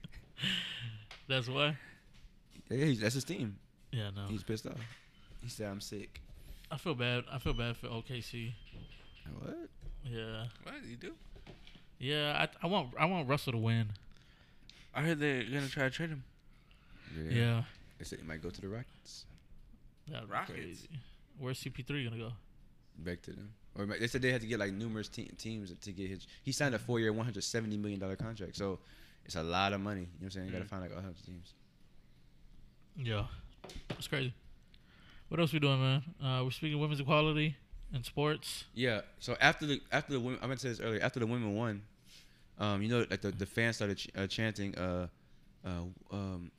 That's why.
Yeah, he's, that's his team.
Yeah, no.
He's pissed off. He said, "I'm sick."
I feel bad. I feel bad for OKC.
What?
Yeah,
What you do?
yeah. I, I want I want Russell to win.
I heard they're gonna try to trade him.
Yeah.
They said he might go to the Rockets.
That'd be
Rockets.
crazy. Where's CP3 gonna go?
Back to them. Or they said they had to get like numerous te- teams to get his. He signed a four-year, 170 million dollar contract, so it's a lot of money. You know what I'm saying? You got to find like 100 teams.
Yeah, it's crazy. What else we doing, man? Uh, we're speaking women's equality in sports.
Yeah. So after the after the women, I meant to say this earlier. After the women won, um, you know, like the, the fans started ch- uh, chanting, uh, uh, um,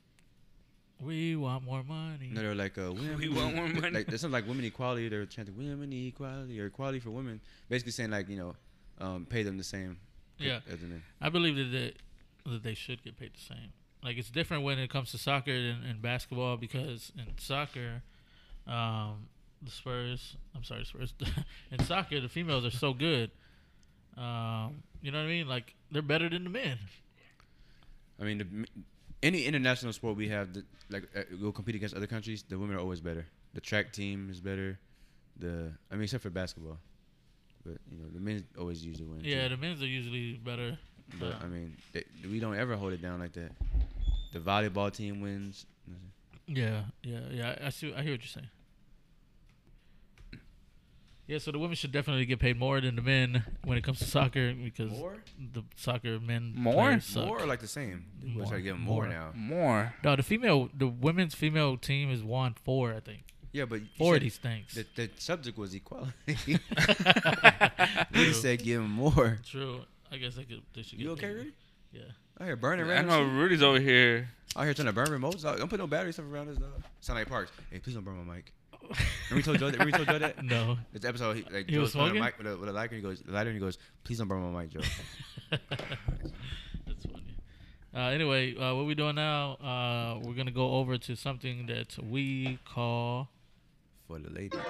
We want more money.
no, they were like, uh, women,
want more money.
Like there's something like women equality. They were chanting women equality or equality for women, basically saying like you know, um, pay them the same.
Yeah.
As the men.
I believe that they, that they should get paid the same. Like it's different when it comes to soccer and, and basketball because in soccer, um, the Spurs. I'm sorry, Spurs. in soccer, the females are so good. Um, you know what I mean? Like they're better than the men.
I mean, the, m- any international sport we have, that, like uh, will compete against other countries. The women are always better. The track team is better. The I mean, except for basketball. But you know, the men always usually win. too.
Yeah, the men's are usually better.
But I mean, they, we don't ever hold it down like that. The volleyball team wins.
Yeah, yeah, yeah. I see. I hear what you're saying. Yeah, so the women should definitely get paid more than the men when it comes to soccer because the soccer men
More?
players suck.
More or like the same.
More.
We're trying to get more,
More.
now.
More.
No, the female, the women's female team has won four, I think.
Yeah, but you
Four of
said
these things.
The, the subject was equality. we said give 'em more.
True. I guess I could. They should
You
get
okay,
paid.
Rudy?
Yeah.
I hear burning.
I know Rudy's over here.
I hear trying to burn remotes. Dog. Don't put no battery stuff around us, dog. Sound like Parks. Hey, please don't burn my mic. Remember we told Joe that? Remember we told Joe that?
No.
It's the episode he, like,
He was
Joe's holding
smoking?
a mic with a, with a lighter. He goes, the lighter, and he goes, please don't burn my mic, Joe.
That's funny. Uh, anyway, uh, what we're doing now, uh, we're going to go over to something that we call.
For the ladies.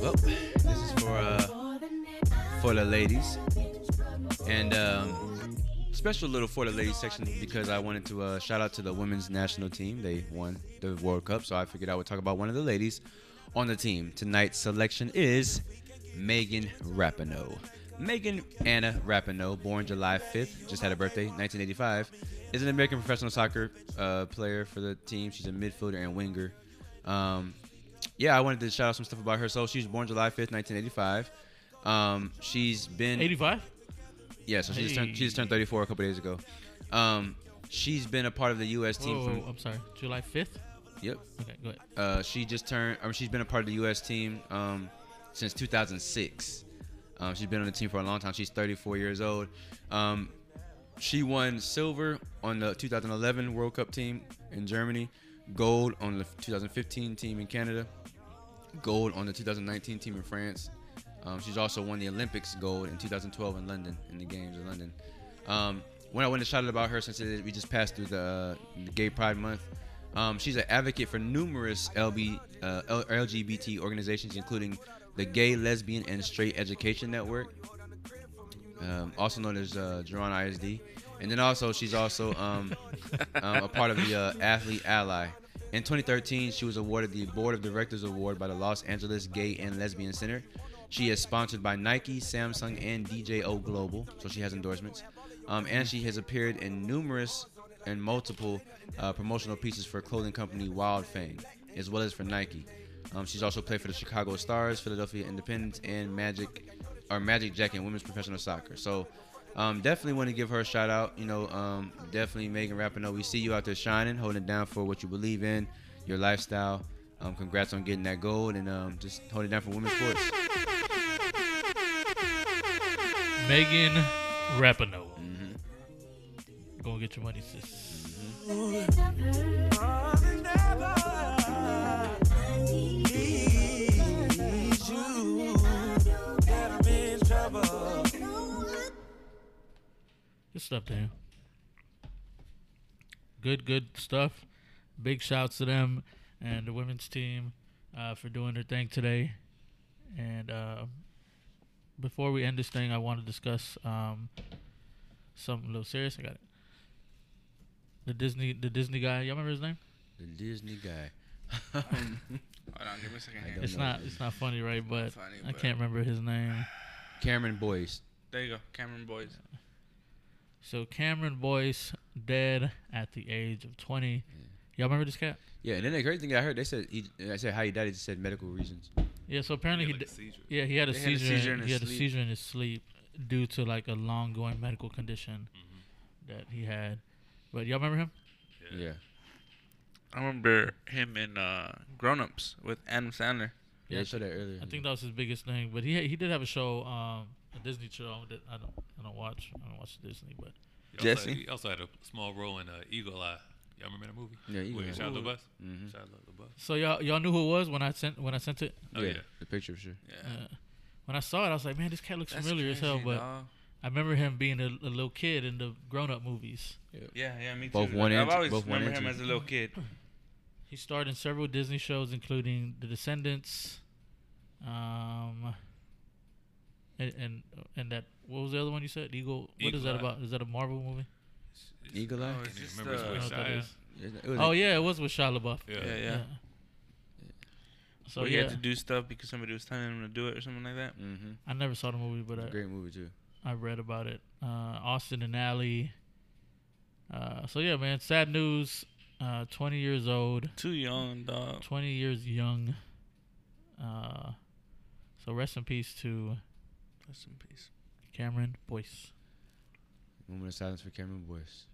Well, this is for uh, for the ladies, and um, special little for the ladies section because I wanted to uh, shout out to the women's national team. They won the World Cup, so I figured I would talk about one of the ladies on the team tonight's selection is Megan Rapinoe. Megan Anna Rapinoe, born July 5th, just had a birthday, 1985, is an American professional soccer uh, player for the team. She's a midfielder and winger. Um, yeah, I wanted to shout out some stuff about her. So she was born July 5th, 1985. Um, she's been
85?
yeah, so she just turned she just turned 34 a couple days ago. Um, she's been a part of the U.S.
Whoa,
team
whoa,
from
whoa, Oh, I'm sorry. July 5th?
yep.
Okay, go ahead.
Uh, she just turned. I mean, she's been a part of the U.S. team um, since 2006. Um, she's been on the team for a long time. She's 34 years old. Um, she won silver on the 2011 World Cup team in Germany, gold on the 2015 team in Canada, gold on the 2019 team in France. Um, she's also won the Olympics gold in 2012 in London in the Games in London. Um, when I went to shout out about her, since it is, we just passed through the, uh, the Gay Pride Month, um, she's an advocate for numerous LB, uh, L- LGBT organizations, including the Gay, Lesbian, and Straight Education Network, um, also known as uh, Geron ISD. And then also, she's also um, um, a part of the uh, Athlete Ally. In 2013, she was awarded the Board of Directors Award by the Los Angeles Gay and Lesbian Center. She is sponsored by Nike, Samsung, and DJO Global, so she has endorsements. Um, and she has appeared in numerous and multiple uh, promotional pieces for clothing company Wild Fang, as well as for Nike. Um, she's also played for the Chicago Stars, Philadelphia Independence, and Magic or Magic Jack in women's professional soccer. So um, definitely want to give her a shout out. You know, um, definitely Megan Rapinoe. We see you out there shining, holding it down for what you believe in, your lifestyle. Um, congrats on getting that gold and um, just holding it down for women's sports.
Megan Rapinoe. Mm-hmm. Go and get your money,
Mm-hmm.
sis. Good stuff, Dan. Good, good stuff. Big shouts to them and the women's team uh, for doing their thing today. And uh, before we end this thing, I want to discuss um, something a little serious. I got it. The Disney, the Disney guy. Y'all remember his name?
The Disney guy.
Hold on, give me a second
I
here.
don't
It's
know
not,
his
it's not funny, right? But
Funny,
I
but-
can't remember his name.
Cameron Boyce.
There you go, Cameron Boys.
So Cameron Boyce dead at the age of 20. Y'all remember this cat?
Yeah, and then the crazy thing I heard, they said he, I said how he died. They just said medical reasons.
Yeah. So apparently he,
like
d-
a seizure.
yeah, he had a
They
seizure. in-
his
he had a
sleep.
seizure in his sleep due to like a long going medical condition that he had. But y'all remember him?
Yeah.
I remember him in uh, Grown Ups with Adam Sandler.
Yeah,
I
I said that earlier.
I think that was his biggest thing. But he he did have a show, um, a Disney show that I don't I don't watch. I don't watch Disney, but
He also had-
Jesse?
he also had a small role in uh, Eagle Eye. Y'all remember that movie?
Yeah, Eagle
With
Eye.
Shia LaBeouf.
Mhm.
Shia LaBeouf.
so y'all y'all knew who it was when I sent when I sent it
Oh yeah.
the picture for sure.
Yeah.
when I saw it. I was like, man, this cat looks
That's
familiar as hell.
crazy,
But
dawg.
I remember him being a, a little kid in the grown up movies.
Yeah, yeah, me too.
Both one
I've
and-
always
both one
remember
and
him
two.
as a little kid.
He starred in several Disney shows, including The Descendants, um, and and, and that what was the other one you said? Eagle. What is
Eagle
that
Eye.
about? Is that a Marvel movie?
Eagle Eye?
I
It's
can't
just,
remember his
uh,
I don't know
voice.
what that
Yeah.
is.
It was
Oh
a-
yeah, it was with Shia LaBeouf.
Yeah.
Yeah, yeah.
So
Well, he
yeah,
had to do stuff because somebody was telling him to do it or something like that.
Mhm.
I never saw the movie, but I,
Great movie too.
I read about it. Uh, Austin and Alley. Uh, so yeah, man. Sad news. Uh, 20 years old.
Too young, dog.
20 years young. Uh, so rest in peace to
Rest in peace.
Cameron Boyce.
Moment of silence for Cameron Boyce.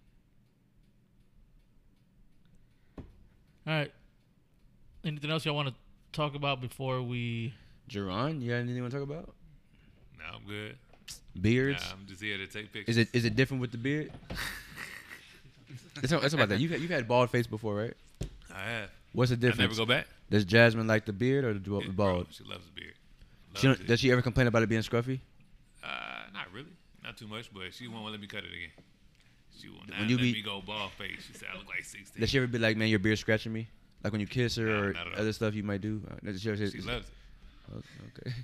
All right. Anything else y'all want to talk about before we?
Jerron, you got anything you want to talk about?
Nah, I'm good. Nah,
Beards?
I'm just here to take
Is
pictures.
it is it different with the beard? it's, not, it's about that. You've had, you've had bald face before, right?
I have.
What's the
I
difference?
never go back.
Does Jasmine like the beard or the the
Yeah, bro,
bald?
she loves the beard.
She
Loves
don't,
it.
does she ever complain about it being scruffy?
Uh, not really. Not too much, but she won't let me cut it again. She will not
When you
let
be-
me go bald face. She said I look like 16.
Does she ever be like, man, your beard scratching me? Like when you kiss her
Nah,
or
not at all.
other stuff you might do? Uh, Does she ever say,
she loves it.
Oh, okay.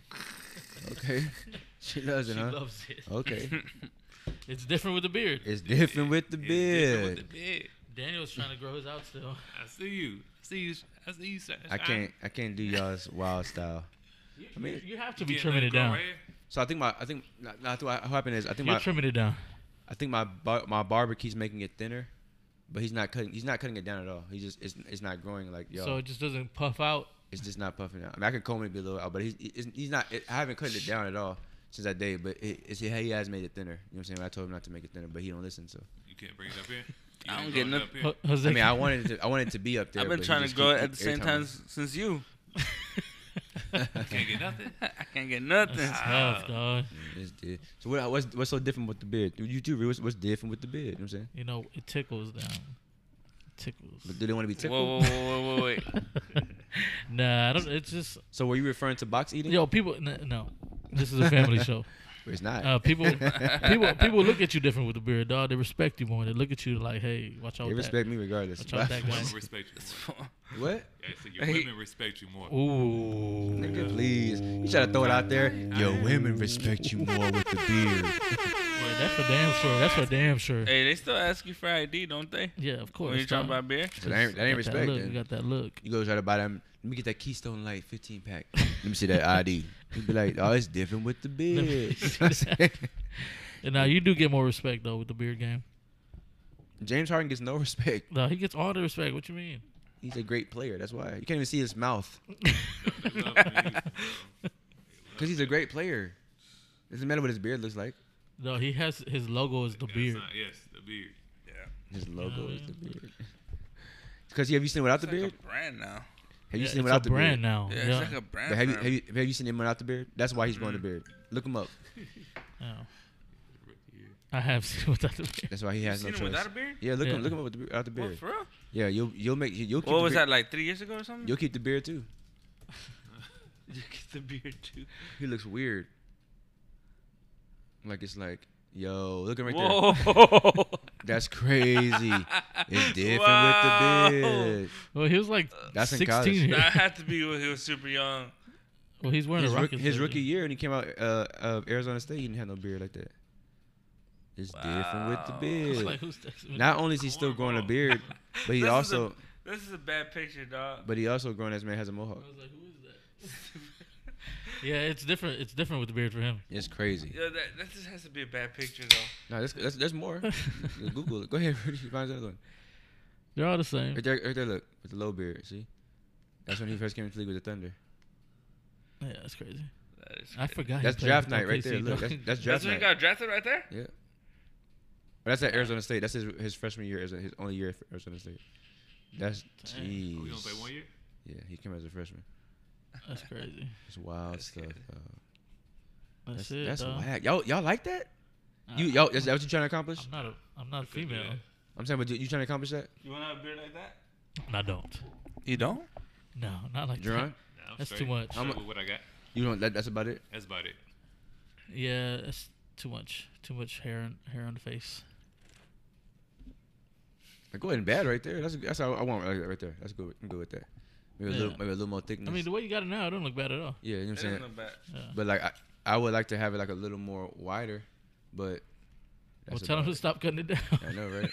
okay. She loves it, Oh.
She
huh?
loves it.
okay.
It's different with the beard.
It's different with the
It's different
beard.
with the beard.
Daniel's trying to grow his out still.
I see you. I see you. I see you. Sir.
I can't I can't do y'all's wild style.
I mean, you have to
You
be
can't
trimming
let
it down.
grow hair?
So I think my I think nah, nah, I think what happened is I think
You're
my
trimming it down.
I think my bar, my barber keeps making it thinner, but he's not cutting he's not cutting it down at all. He's just it's, it's not growing like yo.
So it just doesn't puff out.
it's just not puffing out. I mean I could comb it a little out, but he's he's, he's not. It, I haven't cut it down at all since that day. But it, it's, he has made it thinner. You know what I'm saying? I told him not to make it thinner, but he don't listen. So
You can't bring it up here. You
I don't
ain't growing
get
it
noth-
up here?
Ho- Jose,
I mean I wanted it to, I wanted it to be up there.
I've
but
been
he
trying to
just
grow
keep-
it at the
every
same
I-
time s- since you.
You can't get nothing.
I can't get nothing.
That's tough, dog.
It's di- So what, what's what's so different with the beard? You too, Ree, what's, what's different with the beard? You know what I'm saying?
You know, it tickles down. tickles.
But do they want to be
Whoa,
tickled?
whoa, whoa, whoa, whoa, wait.
nah, I don't, it's just
So were you referring to box eating?
yo people. N- no, this is a family show.
It's not.
Uh, people, people, people look at you different with the beard, dog. They respect you more. They look at you like, hey, watch out.
they
with that.
respect me regardless.
Watch out that guy.
Women respect you more.
what?
Yeah, so your women respect you more.
Ooh,
Nigga, please. You try to throw it out there. Yo, women respect you more with the beard.
yeah, that's for damn sure. That's for damn sure.
Hey, they still ask you for ID, don't they?
Yeah, of course.
When you trying to buy
dog.
beer?
So that ain't, that ain't
Got
respect.
look,
then.
you got that look.
You go try to buy them. Let me get that Keystone Light 15 pack. Let me see that ID. You'd be like, oh, it's different with the
Let
beard.
me
You know
see
what I'm saying?
And now you do get more respect though with the beard game.
James Harden gets no respect.
No, he gets all the respect. What you mean?
He's a great player. That's why. You can't even see his mouth.
They love me.
Because he's a great player. Doesn't matter what his beard looks like.
No, he has his logo is the
That's
beard.
not- yes, the beard.
His logo
yeah.
is the beard. Because have you seen without the
It's like
beard?
a brand now.
Have you
Yeah,
seen
it's
without
a
the
brand
beard?
now.
Yeah,
Yeah.
it's like a brand.
But have you
now.
have you have you seen him without the beard? That's why he's growing the beard. Look him up.
Yeah. I have seen without the beard.
That's why he
You
has
seen
no
him
choice.
without a beard?
Yeah, look
Yeah.
him look him up with the, be- without the
What,
beard.
for real?
Yeah, you'll you'll make you'll keep
What
the
was
beard,
that, like three years ago or something?
You'll keep the beard too.
You get the beard too.
He looks weird. Like it's like, yo, look at him right there.
Whoa.
That's crazy. it's different
Wow.
with the beard.
Well, he was like
That's in
16
college.
here.
that had to be when he was super young.
Well, he's wearing
His,
a
rook-
Rockets
his
jersey.
rookie year, and he came out uh, of Arizona State. He didn't have no beard like that. It's different with the
Wow.
It's
beard.
like, who's texting me?
Not only is he still growing a beard, but he
This is
also
a, this is a bad picture, dog.
but he also grown as man has a mohawk.
I was like, who is that? yeah, it's different. It's different with the beard for him.
It's crazy.
Yo, that, that just has to be a bad picture though.
No, that's, that's, there's more. Google it. Go ahead, Rudy. Find another one.
They're all the same.
Right there, right there. Look with the low beard. See, that's when he first came into the league with the Thunder.
Yeah, that's crazy.
That is
I
crazy.
forgot. he
That's
played
draft
with
night right
OKC,
there. Look,
dog.
that's, that's
That's
draft
when he
night.
got drafted right there.
Yeah. But that's at Arizona State. That's his his freshman year. Arizona- His only year at Arizona State. That's
Dang.
jeez.
We gonna play one year?
Yeah, he came as a freshman.
That's crazy.
It's wild stuff.
crazy.
dog.
That's,
That's,
it.
that's
dog.
whack. Y'all y'all like that? You
Uh,
y'all is that what you trying to accomplish?
I'm not a. I'm not a female.
Yeah.
I'm saying, but you, you trying to accomplish that?
You want to have a beard like that?
And I don't.
You don't?
No, not like that.
Jerron?
Nah, I'm
That's too
straight.
much.
Straight
I'm a-
with what I got.
You don't. That, that's about it.
That's about it.
Yeah, that's too much. Too much hair on hair on the face.
Like, go ahead and bad right there. That's that's how I want right right there. That's good. I'm good with that. Maybe a
Yeah.
little, maybe a little more thickness.
I mean, the way you got it now, it don't look bad at all.
yeah, you know
It
what I'm saying.
doesn't look bad.
But like, I, I would like to have it like a little more wider, but.
Well,
That's
tell them
about
to
it.
stop cutting it down.
I know, right?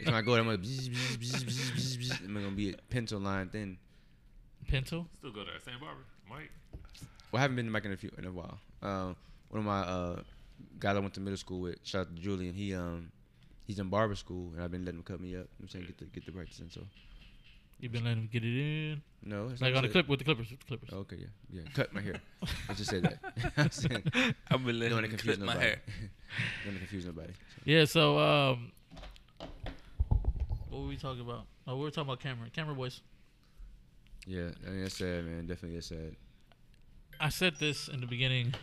Every time I go, there, I'm gonna, bzz, bzz, bzz, bzz, bzz, bzz. I'm gonna be a pencil line thin.
Pinto?
Still go there. St. Barbara. Mike.
Well, I haven't been to Mike in a few in a while. Um, one of my uh, guys I went to middle school with, shout out to Julian. He um, he's in barber school, and I've been letting him cut me up. I'm saying get the get the practice in. So
You been letting him get it in?
no, it's
Like
not
on the
said.
clip with the Clippers. With the Clippers.
Okay, yeah, yeah. Cut my hair. I just said that. I'm saying, don't want
I've been
to
letting him
confuse
cut my
nobody.
hair.
don't want to confuse nobody.
Yeah, so um what were we talking about? Oh, we were talking about Cameron. Cameron Boyce.
Yeah, I mean, that's sad, man. Definitely that's sad.
I said this in the beginning.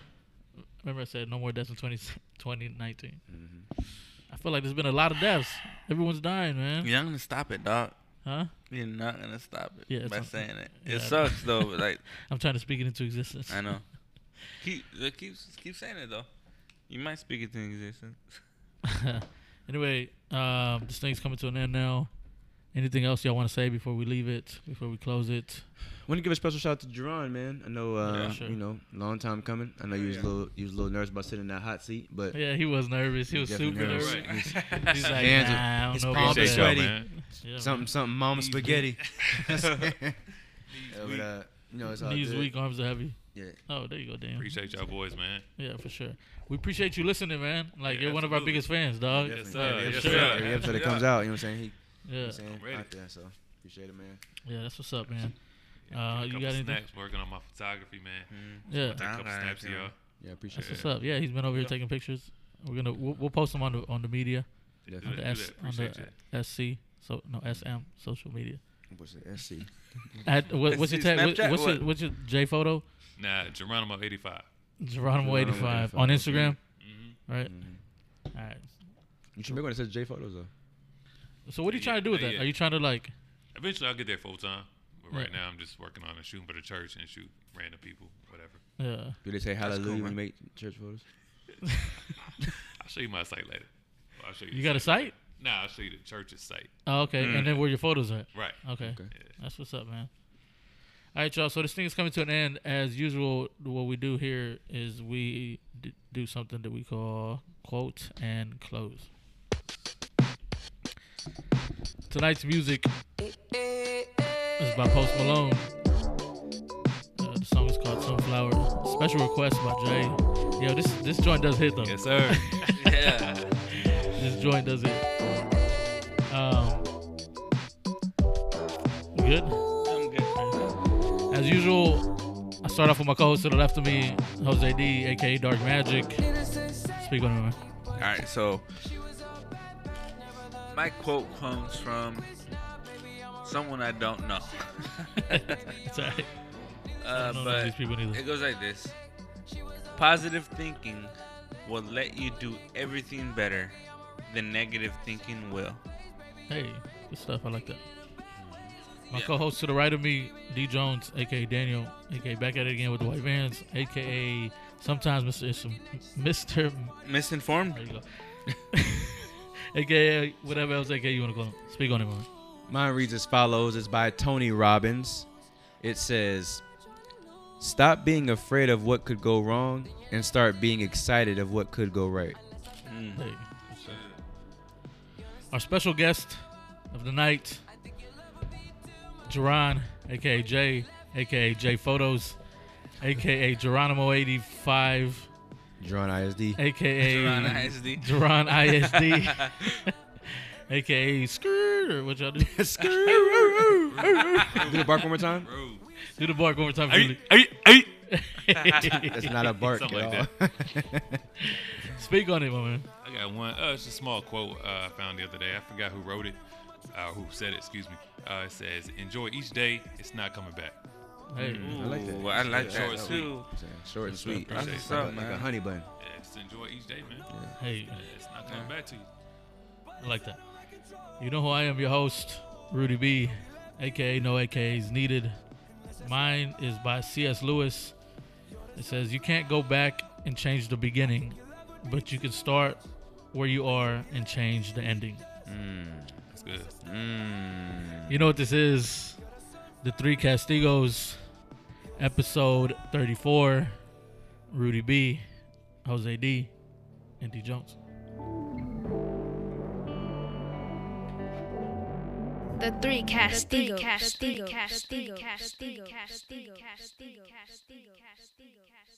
Remember I said no more deaths in 20, 2019.
Mm-hmm.
I feel like there's been a lot of deaths. Everyone's dying, man.
You're not gonna stop it, dog.
Huh?
You're not gonna stop it
Yeah, it's
by
not-
saying it.
yeah.
It sucks though. But like
I'm trying to speak it into existence.
I know. Keep uh, keep keep saying it though. You might speak it to existence.
anyway, um, this thing's coming to an end now. Anything else y'all want to say before we leave it? Before we close it?
want to give a special shout out to Jerron, man. I know, uh,
Yeah, sure.
you know, long time coming. I know you was a little, you was a little nervous about sitting in that hot seat, but
Yeah, he was nervous. He was
Definitely
super nervous.
nervous.
He's like,
Hands are-
nah, I don't
his
know about
palms are
that."
Appreciate y'all,
sweaty.
man.
Yeah, man.
something, something, mama spaghetti. yeah, but
weak.
uh, you know, it's all
Knees
good.
weak, arms are heavy.
Yeah,
Oh, there you go, damn.
Appreciate y'all boys, man.
Yeah, for sure. We appreciate you listening, man. Like
Yeah,
you're one of our
absolutely.
biggest fans, dog.
Yes,
Definitely.
sir.
Every
Yes,
episode-
sir.
Every episode that comes out, you know what I'm saying? He, you
Yeah,
know what I'm saying?
ready.
Out there, so appreciate it, man.
yeah, that's what's up, man.
Got
Uh,
a
you
couple
got anything?
Snaps working on my photography, man.
Yeah,
Take a couple
Alright,
snaps of
yeah.
y'all.
Yeah, appreciate
that's
it.
what's up. Yeah, he's been over here taking pictures. We're gonna we'll, we'll post them on the on the media on
Do
Definitely.
the
that,
S on
appreciate
the SC so no SM social media.
What's it? SC.
At, what, what's your
SC
tag? What,
Snapchat,
what's your
what?
what's your J photo?
Nah, Geronimo 85.
Geronimo eighty five
85,
on
okay.
Instagram, right? All right.
You should make one that says J Photos, though.
So what are you
Yeah,
trying to do with
yeah,
that?
yeah.
Are you trying to like?
Eventually, I'll get there full time. But right
Yeah.
now, I'm just working on a shooting for the church and shoot random people, whatever.
Yeah.
Do they say hallelujah when
cool, man.
you make church photos?
I'll show you my site later. Well, I'll show you.
You
the
got a
site.
site?
Nah, I'll show you the church's site.
Oh, okay. And then where your photos at?
Right.
Okay.
Okay.
That's what's up, man. All right, y'all. So this thing is coming to an end. As usual, what we do here is we d- do something that we call quote and close. Tonight's music is by Post Malone. Uh, the song is called Sunflower. Special request by Jay. Yo, this this joint does hit though.
Yes, sir.
Yeah.
This joint does it. Um, you good.
I'm good.
As usual, I start off with my co-host to the left of me, Jose D, aka Dark Magic. Speak on it, man.
All right, so my quote comes from someone I don't know,
It's all right.
uh,
don't know
but
these people neither.
it goes like this: Positive thinking will let you do everything better than negative thinking will.
Hey, good stuff. I like that. My
Yeah.
co-host to the right of me, D Jones, aka Daniel, aka back at it again with the white vans, aka sometimes Mr. Isham- Mr. There
Misinformed?
you go. aka whatever else aka you want to call him. Speak on it, man.
Mine reads as follows. It's by Tony Robbins. It says, "Stop being afraid of what could go wrong and start being excited of what could go right."
There you go. Our special guest of the night, Jerron, aka Jay, aka Jay Photos, aka Geronimo85,
Drawn ISD.
Toronto
aka
ISD.
Jerron ISD, aka Skirt, or what y'all do?
Do the bark one more time.
Do the bark one more time. for
Hey,
me.
hey, hey.
That's not a bark at
Something like
all.
Speak on it, my man.
I got one. Uh, it's a small quote uh, I found the other day. I forgot who wrote it, uh, who said it. Excuse me. Uh, it says, "Enjoy each day. It's not coming back."
Hey,
Ooh,
I like that.
I like
Short
that
and sweet.
too.
Yeah, Short and sweet.
That's
Like
what's
a-
up,
like a
man.
honey bun.
Yeah, just enjoy each day, man.
hey,
Yeah, it's not coming back to you.
I like that. You know who I am, your host, Rudy B, aka No AKAs Needed. Mine is by C.S. Lewis. It says, You can't go back and change the beginning, but you can start where you are and change the ending.
It's good. Mm.
You know what this is? The Three Castigos, episode 34. Rudy B, Jose D, and D Jones.
The three Castigos.
Castigo, Castigo, Castigo,
Castigo.
Castigo, Castigo, Castigo, Castigo, Castigo.